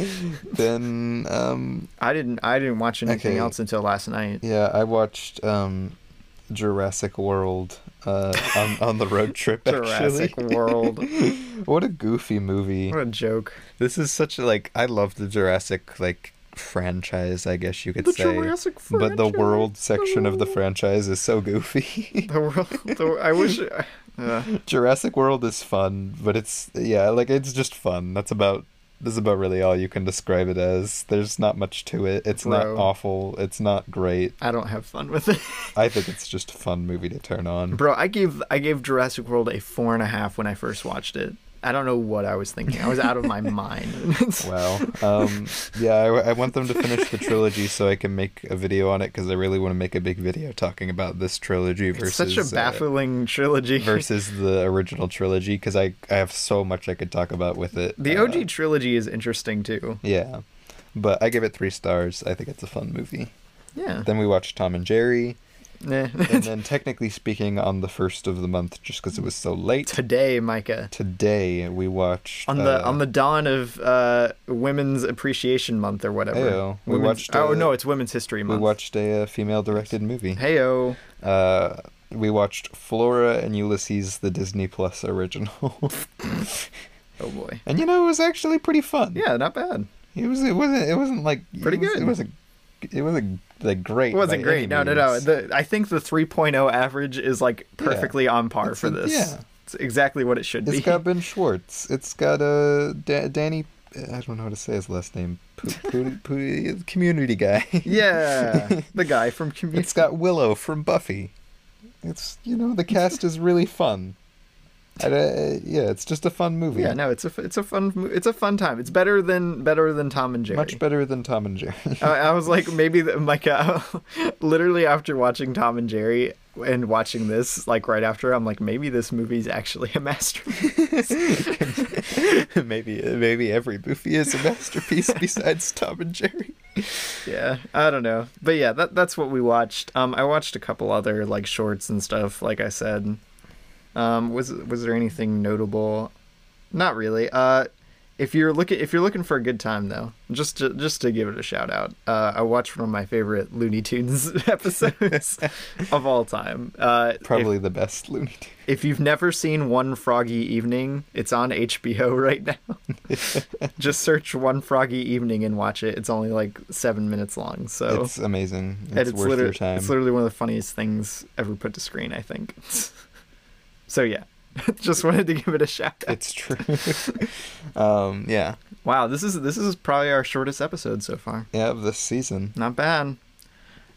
[SPEAKER 1] then, um,
[SPEAKER 2] I didn't I didn't watch anything
[SPEAKER 1] Okay.
[SPEAKER 2] else until last night.
[SPEAKER 1] yeah, I watched um, Jurassic World uh, on on the road trip.
[SPEAKER 2] Jurassic
[SPEAKER 1] actually,
[SPEAKER 2] World.
[SPEAKER 1] what a goofy movie!
[SPEAKER 2] What a joke.
[SPEAKER 1] This is such a like. I love the Jurassic like franchise. I guess you could say. but the world section of the
[SPEAKER 2] Oh.
[SPEAKER 1] franchise is so goofy.
[SPEAKER 2] The world. The, I wish. Uh,
[SPEAKER 1] Jurassic World is fun, but it's yeah, like it's just fun. That's about this is about really all you can describe it as. There's not much to it. It's
[SPEAKER 2] Bro.
[SPEAKER 1] not awful. It's not great.
[SPEAKER 2] I don't have fun with it,
[SPEAKER 1] I think it's just a fun movie to turn on.
[SPEAKER 2] bro. I gave I gave Jurassic World a four and a half when I first watched it. I don't know what I was thinking. I was out of my mind.
[SPEAKER 1] Wow. Um, yeah, I, I want them to finish the trilogy so I can make a video on it because I really want to make a big video talking about this trilogy
[SPEAKER 2] It's
[SPEAKER 1] versus
[SPEAKER 2] such a
[SPEAKER 1] uh,
[SPEAKER 2] baffling trilogy.
[SPEAKER 1] versus the original trilogy because I I have so much I could talk about with it.
[SPEAKER 2] the
[SPEAKER 1] Uh,
[SPEAKER 2] OG trilogy is interesting too.
[SPEAKER 1] yeah, but I give it three stars. I think it's a fun movie.
[SPEAKER 2] Yeah.
[SPEAKER 1] Then we watched Tom and Jerry,
[SPEAKER 2] Nah.
[SPEAKER 1] and then technically speaking, on the first of the month, just because it was so late,
[SPEAKER 2] Today, Micah.
[SPEAKER 1] today we watched
[SPEAKER 2] on the
[SPEAKER 1] uh,
[SPEAKER 2] on the dawn of uh, Women's Appreciation Month or whatever.
[SPEAKER 1] Heyo, we
[SPEAKER 2] Women's-
[SPEAKER 1] watched, uh,
[SPEAKER 2] oh no, it's Women's History
[SPEAKER 1] we
[SPEAKER 2] Month.
[SPEAKER 1] watched a, uh female-directed movie.
[SPEAKER 2] Heyo,
[SPEAKER 1] Uh, we watched Flora and Ulysses, the Disney Plus original,
[SPEAKER 2] oh boy,
[SPEAKER 1] and you know it was actually pretty fun.
[SPEAKER 2] yeah, not bad.
[SPEAKER 1] it was. It wasn't. It wasn't like it
[SPEAKER 2] Pretty
[SPEAKER 1] was-
[SPEAKER 2] good.
[SPEAKER 1] It wasn't. It wasn't like great.
[SPEAKER 2] It wasn't
[SPEAKER 1] by any
[SPEAKER 2] great. No, no, no.
[SPEAKER 1] means.
[SPEAKER 2] The, I think the 3.0 average is like perfectly on par
[SPEAKER 1] It's
[SPEAKER 2] for
[SPEAKER 1] a-
[SPEAKER 2] this.
[SPEAKER 1] yeah.
[SPEAKER 2] It's exactly what it should be.
[SPEAKER 1] It's got Ben Schwartz. It's got uh, da- Danny. I don't know how to say his last name. P- P- P- community guy.
[SPEAKER 2] yeah, the guy from Community.
[SPEAKER 1] It's got Willow from Buffy. It's you know the cast is really fun. I, uh, yeah, it's just a fun movie.
[SPEAKER 2] yeah, no, it's a it's a fun mo- it's a fun time. It's better than better than Tom and Jerry.
[SPEAKER 1] Much better than Tom and Jerry.
[SPEAKER 2] I, I was like, maybe the, Micah. literally after watching Tom and Jerry and watching this, like right after, I'm like, maybe this movie's actually a masterpiece.
[SPEAKER 1] maybe maybe every movie is a masterpiece besides Tom and Jerry.
[SPEAKER 2] yeah, I don't know, but yeah, that that's what we watched. Um, I watched a couple other like shorts and stuff. Like I said, um, was was there anything notable? Not really. Uh. If you're looking, if you're looking for a good time though, just to, just to give it a shout out, uh, I watched one of my favorite Looney Tunes episodes of all time. Uh, if-
[SPEAKER 1] Probably the best Looney Tunes.
[SPEAKER 2] If you've never seen One Froggy Evening, it's on HBO right now. Just search One Froggy Evening and watch it. It's only like seven minutes long, so
[SPEAKER 1] It's amazing. It's,
[SPEAKER 2] and
[SPEAKER 1] worth
[SPEAKER 2] liter-
[SPEAKER 1] your time.
[SPEAKER 2] It's literally one of the funniest things ever put to screen, I think. so yeah, just wanted to give it a shout out.
[SPEAKER 1] It's true. um, yeah,
[SPEAKER 2] Wow, this is this is probably our shortest episode so far.
[SPEAKER 1] yeah, of this season.
[SPEAKER 2] Not bad.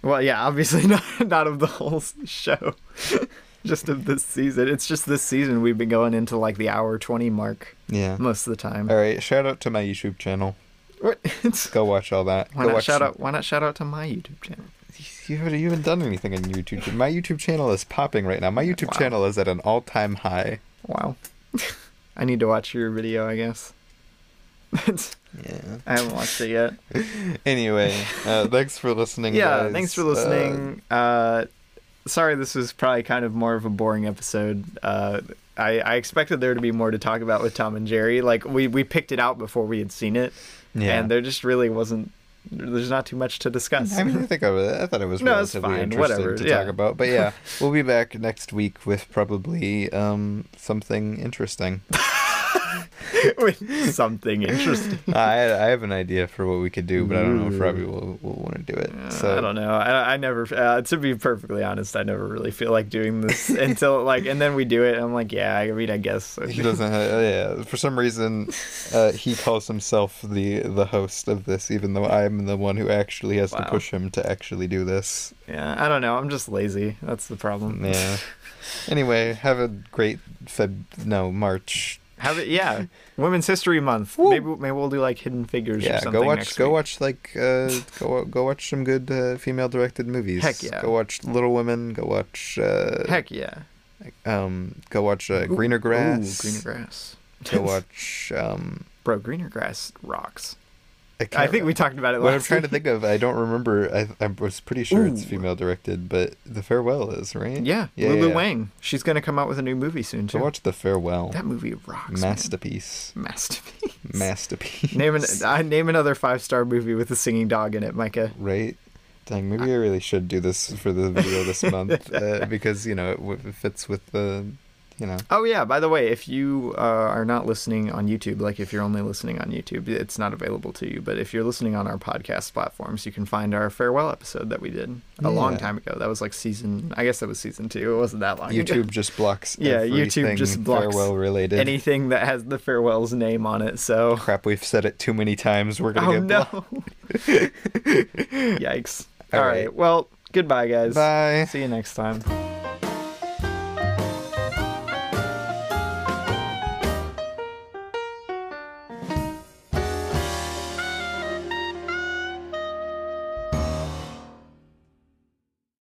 [SPEAKER 2] Well, yeah, obviously not not of the whole s- show, just of this season. It's just this season we've been going into like the hour twenty mark.
[SPEAKER 1] Yeah.
[SPEAKER 2] most of the time.
[SPEAKER 1] All right. Shout out to my YouTube channel.
[SPEAKER 2] What? It's-
[SPEAKER 1] Go watch all that.
[SPEAKER 2] why
[SPEAKER 1] Go
[SPEAKER 2] not
[SPEAKER 1] watch
[SPEAKER 2] shout
[SPEAKER 1] some-
[SPEAKER 2] out? Why not shout out to my YouTube channel?
[SPEAKER 1] You haven't, you haven't done anything on YouTube. My YouTube channel is popping right now. My YouTube
[SPEAKER 2] Wow.
[SPEAKER 1] channel is at an all-time high.
[SPEAKER 2] Wow. I need to watch your video, I guess.
[SPEAKER 1] Yeah.
[SPEAKER 2] I haven't watched it yet.
[SPEAKER 1] Anyway, uh, thanks for listening.
[SPEAKER 2] Yeah,
[SPEAKER 1] guys.
[SPEAKER 2] thanks for
[SPEAKER 1] Uh,
[SPEAKER 2] listening. Uh, sorry, this was probably kind of more of a boring episode. Uh, I, I expected there to be more to talk about with Tom and Jerry. Like we we picked it out before we had seen it,
[SPEAKER 1] yeah.
[SPEAKER 2] and there just really wasn't. There's not too much to discuss.
[SPEAKER 1] I mean, I think I, was, I thought it was
[SPEAKER 2] No, it's
[SPEAKER 1] relatively
[SPEAKER 2] fine,
[SPEAKER 1] interesting
[SPEAKER 2] whatever,
[SPEAKER 1] to
[SPEAKER 2] yeah.
[SPEAKER 1] talk about. But yeah, we'll be back next week with probably um, something interesting.
[SPEAKER 2] with something interesting.
[SPEAKER 1] I I have an idea for what we could do, but I don't know if Robbie will, will want to do it. So
[SPEAKER 2] I don't know. I, I never, uh, to be perfectly honest, I never really feel like doing this until like, and then we do it. And I'm like, yeah, I mean, I guess.
[SPEAKER 1] He doesn't. Have, yeah, for some reason, uh, he calls himself the the host of this, even though I'm the one who actually has to
[SPEAKER 2] Wow.
[SPEAKER 1] push him to actually do this.
[SPEAKER 2] Yeah, I don't know. I'm just lazy. That's the problem.
[SPEAKER 1] Yeah. anyway, have a great Feb. No, March.
[SPEAKER 2] Have it, yeah. Women's History Month.
[SPEAKER 1] Woo.
[SPEAKER 2] Maybe maybe we'll do like hidden figures. or
[SPEAKER 1] Yeah,
[SPEAKER 2] something
[SPEAKER 1] go watch.
[SPEAKER 2] next
[SPEAKER 1] Go
[SPEAKER 2] week.
[SPEAKER 1] watch like uh, go go watch some good uh, female directed movies.
[SPEAKER 2] Heck yeah.
[SPEAKER 1] Go watch Little Women. Go watch. Uh,
[SPEAKER 2] Heck yeah.
[SPEAKER 1] Um. Go watch uh, Greener
[SPEAKER 2] Ooh,
[SPEAKER 1] Grass.
[SPEAKER 2] greener grass.
[SPEAKER 1] Go watch. Um.
[SPEAKER 2] Bro, greener grass rocks. I
[SPEAKER 1] can't
[SPEAKER 2] think we talked about it.
[SPEAKER 1] What
[SPEAKER 2] last
[SPEAKER 1] I'm trying to
[SPEAKER 2] week.
[SPEAKER 1] think of, I don't remember. I, I was pretty sure it's
[SPEAKER 2] Ooh.
[SPEAKER 1] female directed, but The Farewell is right.
[SPEAKER 2] Yeah, Lulu Wang. She's gonna come out with a new movie soon
[SPEAKER 1] So
[SPEAKER 2] too.
[SPEAKER 1] watch The Farewell.
[SPEAKER 2] that movie rocks. man.
[SPEAKER 1] masterpiece.
[SPEAKER 2] Masterpiece.
[SPEAKER 1] Masterpiece.
[SPEAKER 2] Name an uh, I name another five star movie with a singing dog in it, Micah.
[SPEAKER 1] right. Dang, maybe I really should do this for the video this month uh, because you know it w- fits with the, you know.
[SPEAKER 2] Oh yeah, by the way, if you uh, are not listening on YouTube, like if you're only listening on YouTube, it's not available to you. But if you're listening on our podcast platforms, you can find our farewell episode that we did a long
[SPEAKER 1] Yeah.
[SPEAKER 2] time ago. That was like season, I guess that was season two. It wasn't that long. ago.
[SPEAKER 1] YouTube just blocks.
[SPEAKER 2] Oh, Yeah, YouTube
[SPEAKER 1] everything
[SPEAKER 2] just blocks
[SPEAKER 1] farewell related.
[SPEAKER 2] anything that has the farewell's name on it. So
[SPEAKER 1] crap. We've said it too many times. We're gonna
[SPEAKER 2] oh
[SPEAKER 1] get blocked.
[SPEAKER 2] no, yikes!
[SPEAKER 1] All
[SPEAKER 2] All right.
[SPEAKER 1] right.
[SPEAKER 2] well, goodbye guys.
[SPEAKER 1] Bye.
[SPEAKER 2] See you next time.